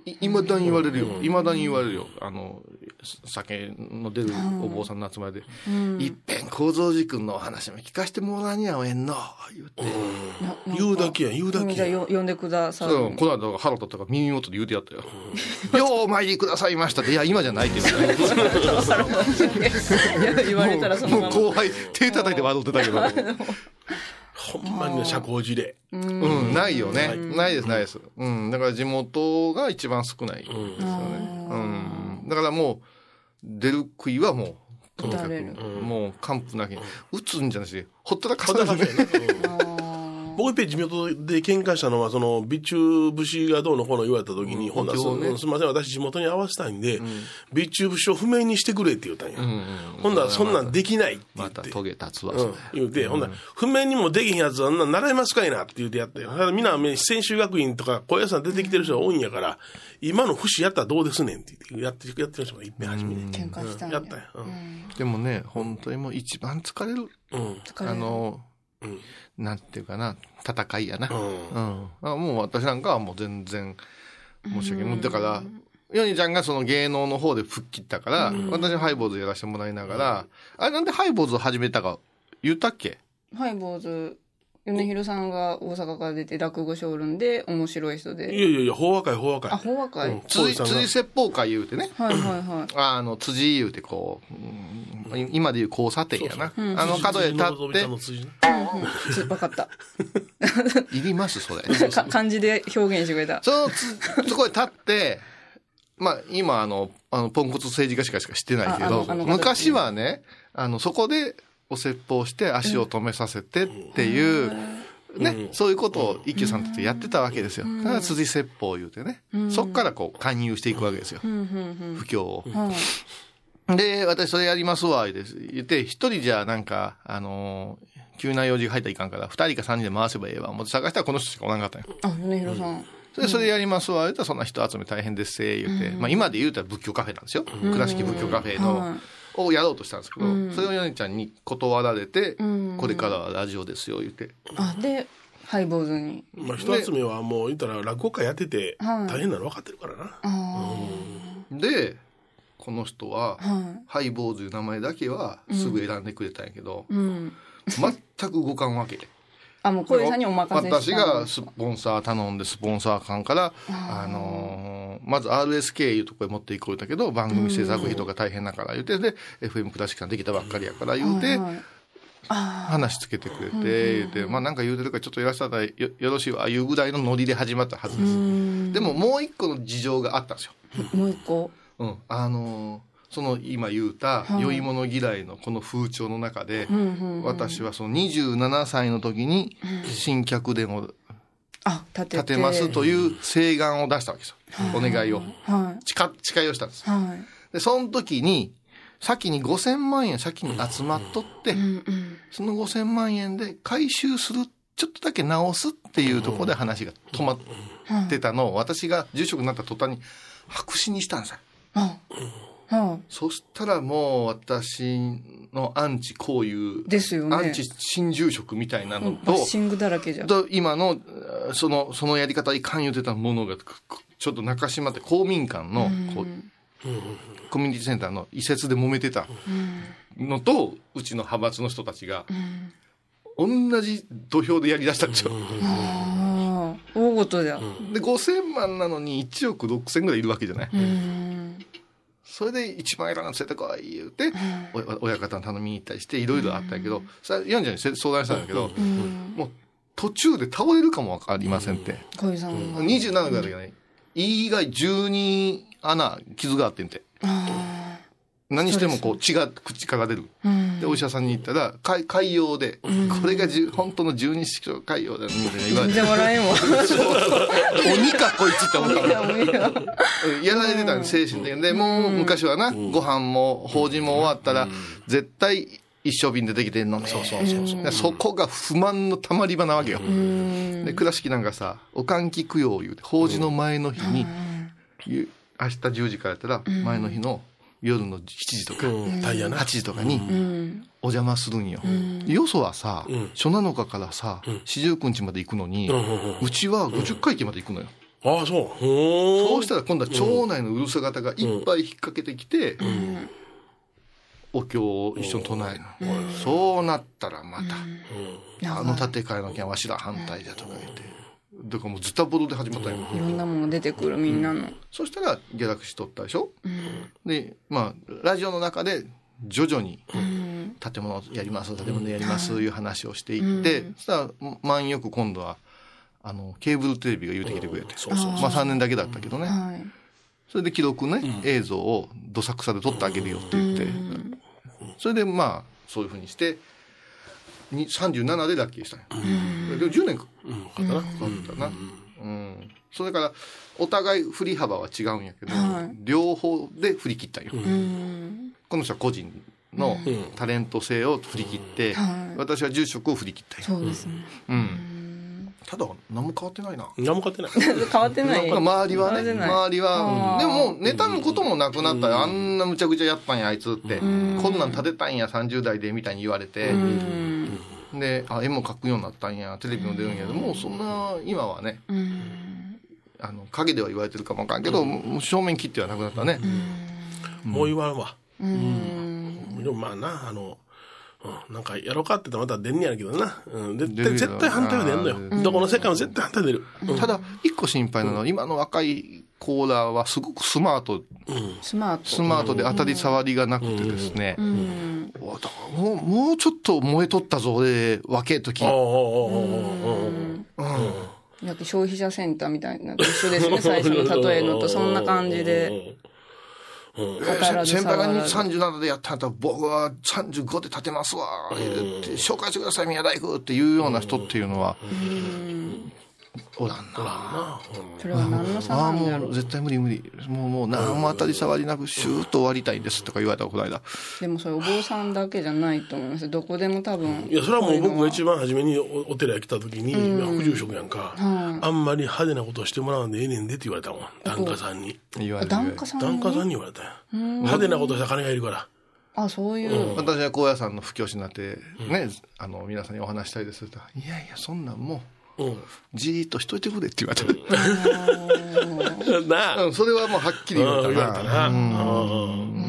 いいまだに言われるよいまだに言われるよあの酒の出るお坊さんの集まりで「いっぺん構造寺君のお話も聞かせてもらわにはおえんの」言って、言うだけやん、言うだけじゃあ、やん。よ呼んでくださそうい。この間腹立ったから耳元で言うてやったよ「 ようお参りくださいました」って「いや今じゃない」って言われたいや 言われたらそのもまうま。後輩手叩いて笑ってたけどほんまにね、社交辞令。うんないよねないですないですうんだから地元が一番少ないですよねうんだからもう出る杭はもうとにか打たくれるもう完膚なきに打つんじゃなしほったらかほさったならいかねしやねうん僕一平地元で喧嘩したのは、その、備中節がどうのこうの言われた時に、うんほんなら、補強ねそのすみません、私地元に合わせたいんで、ん備中節を不明にしてくれって言ったんや。うんうんほんなら、そんなんできないって言まってた。トゲ立つわ、うん、言うて、ほんなら、譜面にもできへんやつあんなん習いますかいなって言うてやって、ほんならみんな、専修学院とか、小屋さん出てきてる人が多いんやから、今の節やったらどうですねんって言って、やって、やってる人がいっぺん初めに。喧嘩したんややったんや。うん。でもね本当にもう一番疲れるうん。疲れるあの、うんなんていうかな戦いやな、うんうんあもう私なんかはもう全然申し訳ない、だからヨニちゃんがその芸能の方で吹っ切ったから、私ハイボーズやらせてもらいながら、あれなんでハイボーズを始めたか言ったっけはい、坊主。米広さんが大阪から出て落語小論で面白い人いで。やいやいや、法和会、法和会。あ、法和会。うん辻小路さんが辻説法会言うてねはいはいはい。あの辻言うてこう、うん今でいう交差点やなあの角へ立って つわかった。いりますそれか漢字で表現してくれた。そのつ、そこへ立って、まあ、今、あの、あの、ポンコツ政治家しかしかしてないけああのどあ、の昔はね、あの、そこでお説法して足を止めさせてっていう、ね、そういうことを一休さんたちやってたわけですよ。だから辻説法言うてね、そこからこう勧誘していくわけですよ。不況を。はい。で、私それやりますわ、言うて言って、一人じゃなんか、あのー急な用事が入ったらいかんから、二人か三人で回せばええわ。もう探したらこの人しかおらんかったんよあ、米広さん。それそれやりますわ、言うたらそんな人集め大変ですせ、言って、まあ今で言うたら仏教カフェなんですよ。倉敷仏教カフェの、をやろうとしたんですけど、それをヨネちゃんに断られて、これからはラジオですよ、言って。あ、で、ハイボーズに。まあ、人集めはもう言ったら落語家やっててはい大変なの分かってるからな。あで、この人は、あ。はハイボーズいう名前だけはすぐ選んでくれたんやけど、い。うん。全く動かんわけ。あ、もう小江さんにお任せし私た。がスポンサー頼んで、スポンサー間から、あのーまず RSK いうとこへ持っていこうだけど、番組制作費とか大変だから言うて、で、FM 倉敷さんできたばっかりやから言うて、はいはい話つけてくれて、言うて、まあなんか言うてるからちょっといらっしゃったらよよろしいわ、いうぐらいのノリで始まったはずです。でももう一個の事情があったんですよ。もう一個。うん。あのーその今言うた、良いもの嫌いのこの風潮の中で、私はその27歳の時に新客伝をあ、立てて。立てますという請願を出したわけですよ。お願いを。は誓、誓いをしたんですい。。はい。で、その時に、先に5000万円先に集まっとって、その5000万円で回収する、ちょっとだけ直すっていうところで話が止まってたのを、私が住職になった途端に白紙にしたんですよ。あ、はそしたらもう私のアンチこういう、い。ですよね。アンチ新住職みたいなうのんバッと、シングだらけじゃん。と今のえーそのそのやり方いかん言ってたものがくくちょっと中島って公民館のこう、コミュニティセンターの移設で揉めてたのと、うちの派閥の人たちが、同じ土俵でやりだしたんですよ。ああ、大ごとだ。で5000万なのに1億6000ぐらいいるわけじゃない。それで一万円から連れてこい言うて、お親方に頼みに行ったりしていろいろあったんやけど、さヨンちゃんにせ相談したんだけど、もう途中で倒れるかもわかりませんって。小江さんが。 27ぐらいだけどね、胃以外12穴、傷があってんて。何してもこう血が口から出る。で、お医者さんに行ったら、か海洋で、これがじゅ本当の十二指腸海洋だみたいな言全われて然、笑えんわ。鬼かこいつって思ったの。いややられてたんで精神的に。で、もう昔はな、ご飯も法事も終わったら、絶対一升瓶出てきてんのね。そうそうそうそう。そこが不満のたまり場なわけよ。で、倉敷なんかさ、おかんき供養言うて、法事の前の日に、ゆ明日10時からやったら、前の日の夜の7時とか、うん、タイヤな。 8時とかに、お邪魔するんよ。よそはさ、ん初7日からさ、四十九日まで行くのにうん、うんうちは50回忌まで行くのよ。うんああ、そう。ほーそうしたら今度は町内のうるさ方がいっぱい引っ掛けてきて、お経を一緒に唱えるの、そうなったらまた、あの建て替えの件はわしら反対だとか言って。だからもうズタボロで始まったんよ、いろんなもの出てくる、みんなの。そしたらギャラクシー取ったでしょ、でまあラジオの中で徐々に建物やります建物やりますいう話をしていって、そしたら満よく今度はあのケーブルテレビが言うてきてくれて、そうそうまあ3年だけだったけどね、はい。それで記録ね、映像をどさくさで撮ってあげるよって言って、それでまあそういうふうにしてに37でラッキーしたんやでも10年かうん、分かったな。そうだったなうんそれからお互い振り幅は違うんやけど、両方で振り切ったんよ、この人は個人のうんタレント性を振り切って、私は住職を振り切ったんよそうですね。うん、ただ何も変わってないな何も買ってない。変わってない。周りは変わねってない周りあはーでも妬むこともなくなったよあんなむちゃくちゃやったんやあいつってこんなん立てたんや30代でみたいに言われてであ絵も描くようになったんやテレビも出るんやでもうそんな今はねあの陰では言われてるかもわかんけどもう正面切ってはなくなったねもう言わんわ。でもまあな、あの、うん、なんかやろうかって言ったらまた出んねやろけどな。うん、絶出る対、よ絶対反対は出んのうよ。んどこの世界も絶対反対出る。うんただ一個心配なのは今の若いコーラーはすごくスマートスマースマートで当たり障りがなくてですね、おだからもうもうちょっと燃えとったぞ俺若え時おうおうおうおうおうおうト。だって消費者センターみたいなのと一緒ですね。最初の例えのと、そんな感じで。らず先輩触らがず37でやったんだったら僕は35で立てますわ、って紹介してください宮大工っていうような人っていうのは、おらんなそれは何の差あなあんだもろうう。絶対無理無理もうもう何も当たり障りなくシューッと終わりたいんですとか言われたこの間でもそれお坊さんだけじゃないと思います。どこでも多分。いや、それはもう僕が一番。番初めにおお寺へ来た時に、副住職やんか、あんまり派手なことしてもらわんでええねんでって言われたもん。檀家さんに。言われる檀家さん檀家さんに言われたよ。派手なことしたら金がいるから。あ、そういう。私は高野山の布教師になってね、あの皆さんにお話したいですって言ったらいやいやそんなんもうん。うじーっとしといてくれって言われたなあ。うん それはもうはっきり言われ言わたれたなな。うんうん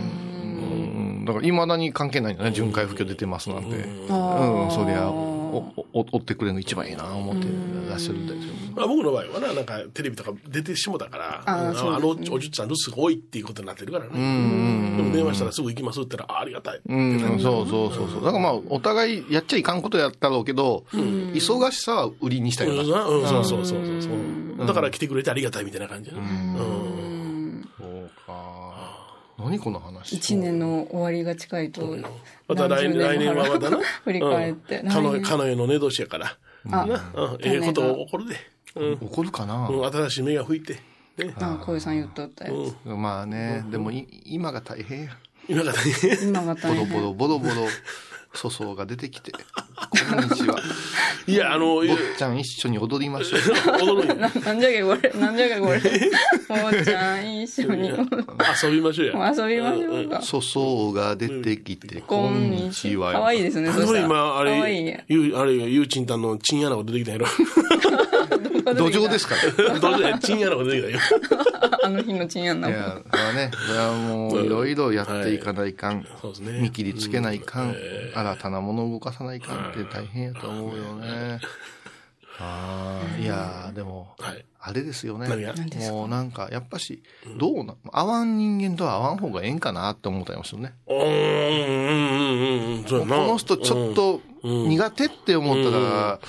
だから、いまだに関係ないんだね。巡回不況出てますなんて。うん、そりゃ、お、お、追ってくれるの一番いいな、思ってらっしゃるんだけまあ僕の場合はな、なんかテレビとか出てしもたから、あーうんそうあですのねおじおじっちゃん留守が多いっていうことになってるからね。んでも電話したらすぐ行きますって言ったら、あありがたい。うん、そうそうそうそう。だからまあ、お互いやっちゃいかんことやったろうけど、忙しさは売りにしたうよんな。うんそうそうそうそうそう。だから来てくれてありがたいみたいな感じやなうんそうか。何この話。一年の終わりが近いと。また来何十も。年、来年はまたな振り返って。うんかの、来年かの世の寝年やから。あ、うんええこと起こるで。うん怒るかな、うん。新しい目が吹いて。ね。あ、小遊さん言っとったやつ。まあね、でもい、今が大変や。今からね。今がボ大ロ変。ボロ、ボロ ボロ、粗相が出てきて。こんにちは。 いや、あの、坊ちゃん一緒に踊りましょう。踊るんや なんじゃけこ れ、なんじゃけこれ。おうちゃん一緒に。遊びましょうや。もう遊びましょうか。粗相が出てきて、ここんんににちちは。は。かわいいですね、あそしたのら。今、あかわいいれね、ゆう、あれ、ゆうちんたんのチンアナゴ出て きたやろ。土壌ですから。いどうじゃ、チンアナゴ出てきたよ。あの日のチンアナゴ。や、まあね、それはもういろいろやっていかないかん。そうですね。見切りつけないかん。新たなものを動かさないかんって大変やと思うよね。ああ、いやー、でも、はい。あれですよね何が。もうなんか、やっぱし、どうな、合わん人間とは合わん方がええんかなって思ったりもするね。うん、うん、うん、うん、そうこやな。の人ちょっと苦手って思ったら、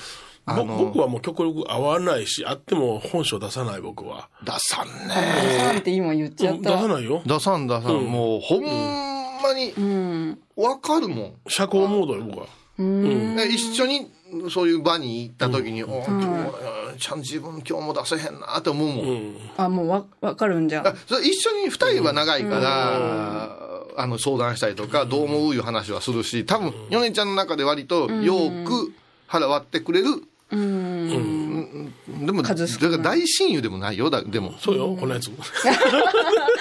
あぼの僕、はもう極力合わないし、あっても本性出さない僕は。出さんね。お父さんって今言っちゃ出っさた。ないよ。出さん出さん、もうほんまにわかるもん、社交モードよ、僕は。で一緒にそういう場に行った時に「おー今日はちゃん自分今日も出せへんな」って思うもん、あ、もうわ、わかるんじゃあ。それ一緒に2人は長いから、あの相談したりとかどう思ういう話はするし多分ヨネちゃんの中で割とよく腹割ってくれる、うんでもだ数少から大親友でもないよだでもそうよ、こ のやつ。い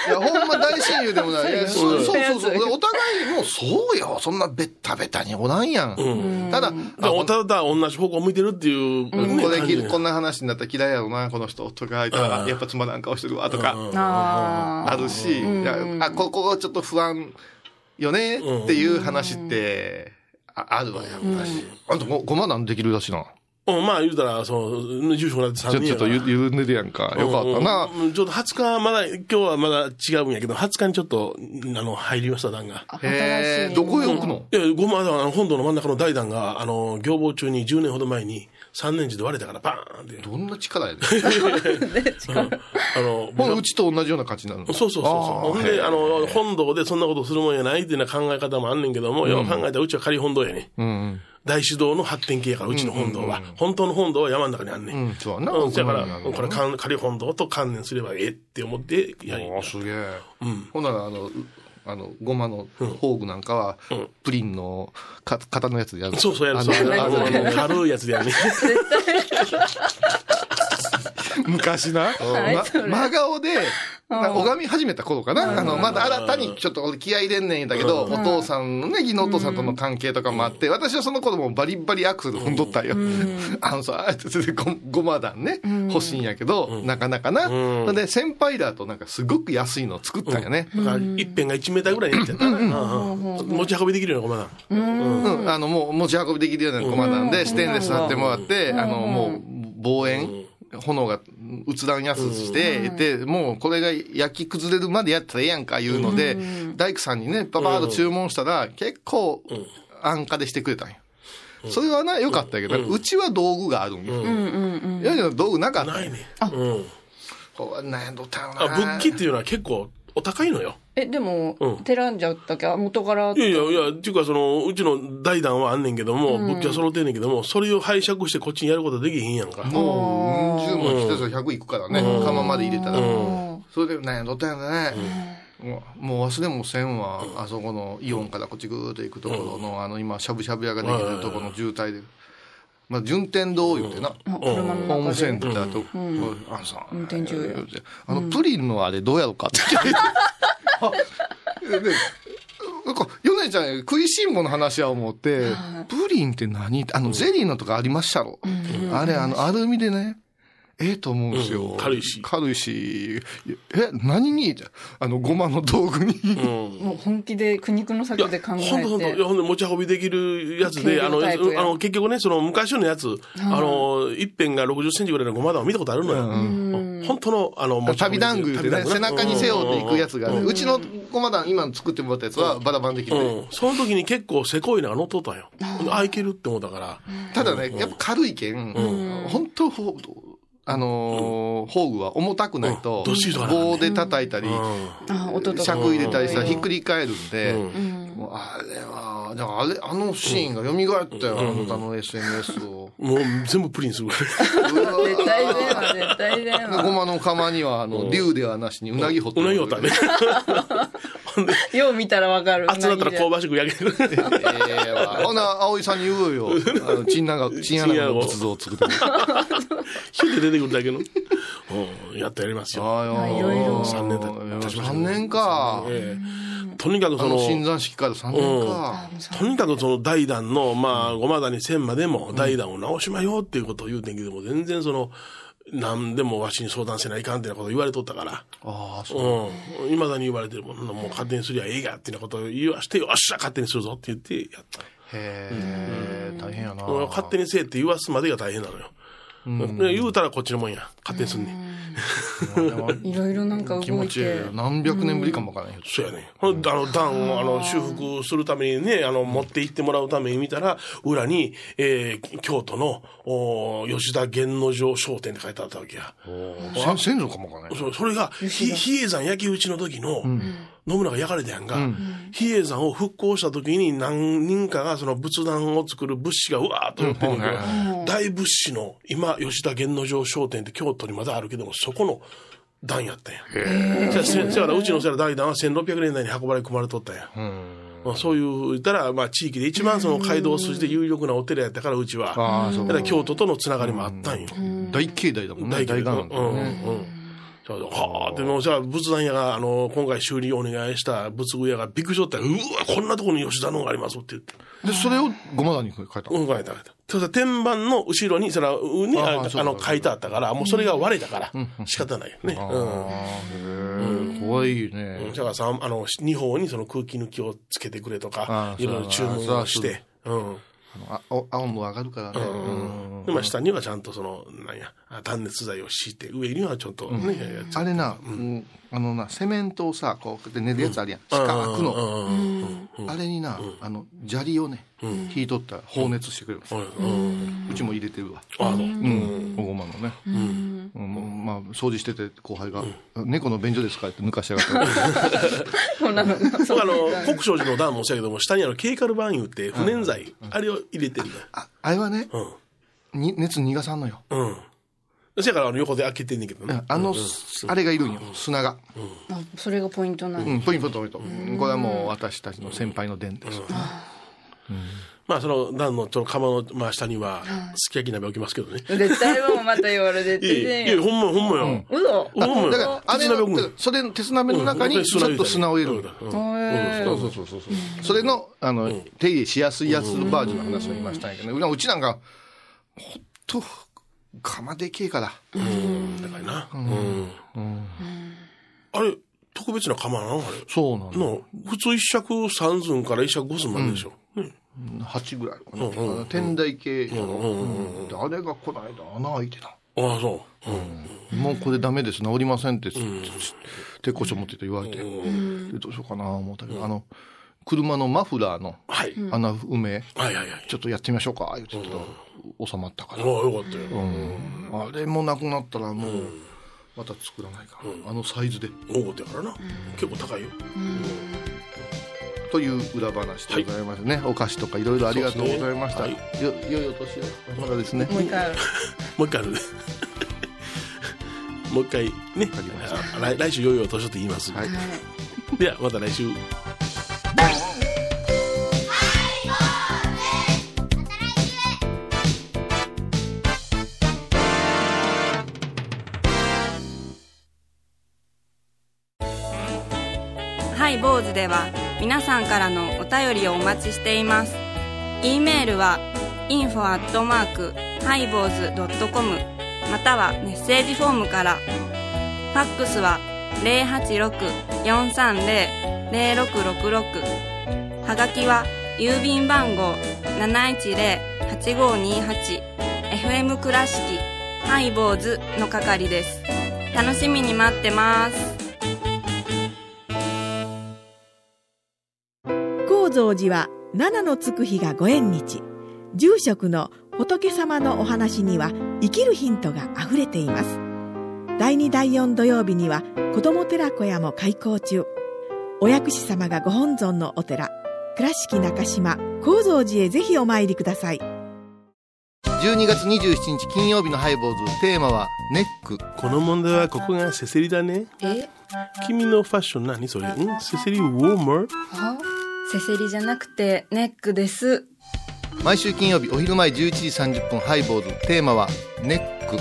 や、ほんま大親友でもない。 そうそうそうそう。お互いもう、そうよ。そんなベッタベタにおらんやん。ただ、あこんただ同じ方向向いてるっていう。ねこれ感きじこんな話になったら嫌いやろな、この人。とか、あやっぱつまらん顔してるわ、とか、ああるし、いやあ、ここちょっと不安よね、っていう話って、ああるわ、やっぱし。あんたご、ごまなんできるらしいな。うん、まあ言うたら、その、住所もらって3ち人ょやちょっとゆ緩んでるやんか。よかったな。うんうんちょっと20日、まだ、今日はまだ違うんやけど、20日にちょっと、あの、入りました、段が。へえ、どこへ置くのいや、ごま、あの、本堂の真ん中の大段が、あの、行房中に10年ほど前に、3年時で割れたから、バーンって。どんな力やねん。 あの、ほらうちと同じような感じになるのそうそうそうそう。ほんで、あの、本堂でそんなことするもんやないっていうような考え方もあんねんけども、よう考えたらうちは仮本堂やね。う。うん大師堂の発展系やから、うちの本堂は。本当の本堂は山の中にあんね。うん。うんん、そうやな。うん、だから、奥の方にあこれ、るかん仮本堂と関連すればええって思って、やりああ、すげえ。うん。ほんなら、あの、うあの、ごまの宝具なんかは、プリンのか型のやつでやる。そうそうやる、そうあのやある。のあの軽いやつでやるね。昔な、ま真顔で、な拝み始めた頃かな。あの、まだ新たにちょっと俺気合い入れんねんだけど、お父さんのね、義のお父さんとの関係とかもあって、私はその頃もバリバリアクセル踏んどったよ。 あのさ、あえてそれでごごま団ね、欲しいんやけど、なかなかな。うんそれで、先輩だとなんかすごく安いの作ったんよね。だから、一辺が1メーターぐらいになっちゃったな。うんうん持ち運びできるような駒だ。うん、あの、もう持ち運びできるような駒なんで、ステンレス貼ってもらって、あの、もう、望遠、炎がう乱やすして、で、もうこれが焼き崩れるまでやったらええやんか、いうので、大工さんにね、ババーと注文したら、結構、安価でしてくれたんよ。それはな、良かったけど、うちは道具があるんよ。いやいや、道具なかったんよ。ないね。うん。こう悩んどったよな。あ、仏器っていうのは結構お高いのよ。え、でもうん、寺じゃったっけ元からい。やいやいや、っていうかその、うちの大団はあんねんけども、仏教は揃ってんねんけども、それを拝借してこっちにやることできへんやんか。もう、10問来たら100いくからね、釜まで入れたら。それで悩んどったよね。もうもう忘れもせんわ、あそこのイオンからこっちぐーっと行くところの、あの今、しゃぶしゃぶ屋ができてるところの渋滞で。まあ、順天堂言うてな。車のホーム中センで。ターと、あのさ運転中や言うてあの、プリンのあれどうやろうかって聞いてあでなんか、ヨネちゃん、食いしん坊の話は思って、プリンって何あの、ゼリーのとかありましたろ、あれ、あの、アルミでね、ええと思うんですよ。うん軽いし軽いし。え、何にあの、ごまの道具に。もう本気で苦肉の策で考えて。ほんとほんと、いやほんで持ち運びできるやつで、あの、軽量タイプやあの結局ね、その昔のやつ、あの、一辺が60センチぐらいのごまだを見たことあるのよ。本当の、あの、持ち運び旅団具ってね、背中に背負っていくやつがね、うちのごま団、今作ってもらったやつはバラバラできうて、ん。その時に結構せこいのが乗っとったんよ。あ、いけるって思ったから。ただね、やっぱ軽いけん、本当ほあのー宝具は重たくないと、うんどっしりとかな棒で叩いたり、あ、音とか。尺入れたりしたらひっくり返るんで、うんもうあれは、だからあれ、あのシーンが蘇ったよ、あなたの SNS を。もう全部プリンするぐらい。絶対電話、絶対電ご話。まの釜には、あの、竜ではなしにうなぎ掘ってうなぎお ったね。ほんで、よう見たらわかる。熱なったら香ばしく焼ける。ええわほな、葵さんに言おうよ。あの、チン ナガ、チンアナゴの仏像を作ってもらう。火で出てくるだけの。うん、やってやりますよ。あいろいろ三年経経ちました3年か。ええとにかくあその、の、新山式から3年か。とにかくその大団の、まあ、ごまだに千までも大団を直しまようっていうことを言うてんけども、全然その、何でもわしに相談せないかんってなこと言われとったから、ああ、そうう。ん。未だに言われてるもん、もう勝手にすりゃええがってなことを言わして、よっしゃ、勝手にするぞって言ってやった。へえ、大変やな。俺は勝手にせえって言わすまでが大変なのよ。で言うたらこっちのもんや。勝手にすんねん。いろいろなんか気動持いちいて。い。何百年ぶりかもわからんよ。そうやね。ほんであの、段を、あの、修復するためにね、あの、持って行ってもらうために見たら、裏に、えー、京都の、おー吉田源之丞商店って書いてあったわけや。先先祖かもわからんよ。そうそれが、ひ比叡山焼き討ちの時の、野村が焼かれたやんか、比叡山を復興した時に何人かがその仏壇を作る物資がうわーっと寄ってるんだけど、大仏師の今、吉田源之丞商店って京都にまだあるけども、そこの段やったんや。せやせせやからうちのせやから大団は1600年代に運ばれ組まれとったんや。まあ、そういう、言ったら、まあ地域で一番その街道を通じて有力なお寺やったから、うちは。ああ、そだうかから京都とのつながりもあったんよ。大境内だもんね。大大岩学なんだよね。うんうんそうそうはあ、でもじゃあ仏壇屋が、あの、今回修理お願いした仏具屋がびっくりしとったようわ、こんなところに吉田のがありますって言って。で、それをごまだに書いた。うん、書いてあった。そしたら天板の後ろに、それは、うに、あああそうあの、そう書いてあったから、もうそれが割れたから、仕方ないよね。あうーへえ、怖いん。ね。だからさ、あの、二方にその空気抜きをつけてくれとあか、あいろいろ注そうだ文なをして、うん。あお青も上がるからね。うんで、まあ、下にはちゃんとその、なんや、あ断熱材を敷いて、上にはちょっとね、やつあれな、うんあのなセメントをさこうやって練るやつあるやん四角くのうんあれになあの砂利をね引いとったら放熱してくれるんですうんうんうちも入れてるわあの、う。うんんおごまのねうんもうまあ掃除してて後輩が「猫の便所ですか?」って抜かしやがったそうなの。僕あの、国生寺の段もそうやけども、下にあの、ケイカルバーン油って、不燃剤、あれを入れてるのよああれはねに熱逃がさんのようん。うん。そやから、あの、横で開けてんねんけどね。あのあれがいるんよ砂があそれがポイントなの。うんポインポインポインポインこれはもう私たちの先輩の伝ですまあ、その段の、その釜の、まあ、下には、すき焼き鍋置きますけどね。絶対もうまた言われていやいやいて。や、ほんま、ほんまよ。うどほんまよ。だからあれの鉄鍋置くのよそれの鉄鍋の中にちょっと砂を入れるんだうんそうそうそうそうそう。それの、あの、手入れしやすいやつのバージョンの話を言いましたんやけどね。うちなんか、ほんと、釜でけえから。うん、だからな。うん。あれ、特別な釜なのあれ。そうなの。の、普通一尺三寸から一尺五寸まででしょ。ね8ぐらいかな。あうんうんの天台系やろ。うんうんであれがこないだ穴開いてた。ああ、そう。うん。もうこれダメです、治りませんって、鉄工所持ってて言われて。でどうしようかな思ったけど、あの、車のマフラーのはい。穴埋め、はいはいはい。ちょっとやってみましょうか、言って言ったら収まったから。ああ、よかったよ。うんあれもなくなったらもうまた作らないか、あのサイズで大ごとやからな。結構高いよ。という裏話でございますね、お菓子とかいろいろありがとうございました、そうでよよいお年をまだですね、もう一回ある。もう一回あるね。 もう一回ね。あ来来週、よいよ年をって言います。はいでは、また来週。ハイボーズでは皆さんからのお便りをお待ちしています。e メールは info アットマークハイボーズドットコムまたはメッセージフォームから。ファックスは086-430-0666はがきは郵便番号710-8528 FM 倉敷ハイボーズの係です。楽しみに待ってます。高蔵寺は七のつく日がご縁日住職の仏様のお話には生きるヒントがあふれています第2第4土曜日には子ども寺小屋も開校中お薬師様がご本尊のお寺倉敷中島・高蔵寺へぜひお参りください12月27日金曜日のハイボーズテーマはネックこの問題はここがせせりだね。え君のファッション何それんせせりウォーマーあせせりじゃなくてネックです。毎週金曜日お昼前11時30分ハイボーズテーマはネック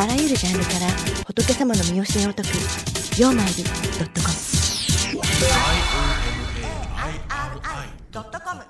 あらゆるジャンルから仏様の身教えを解く「曜マイルドットコム」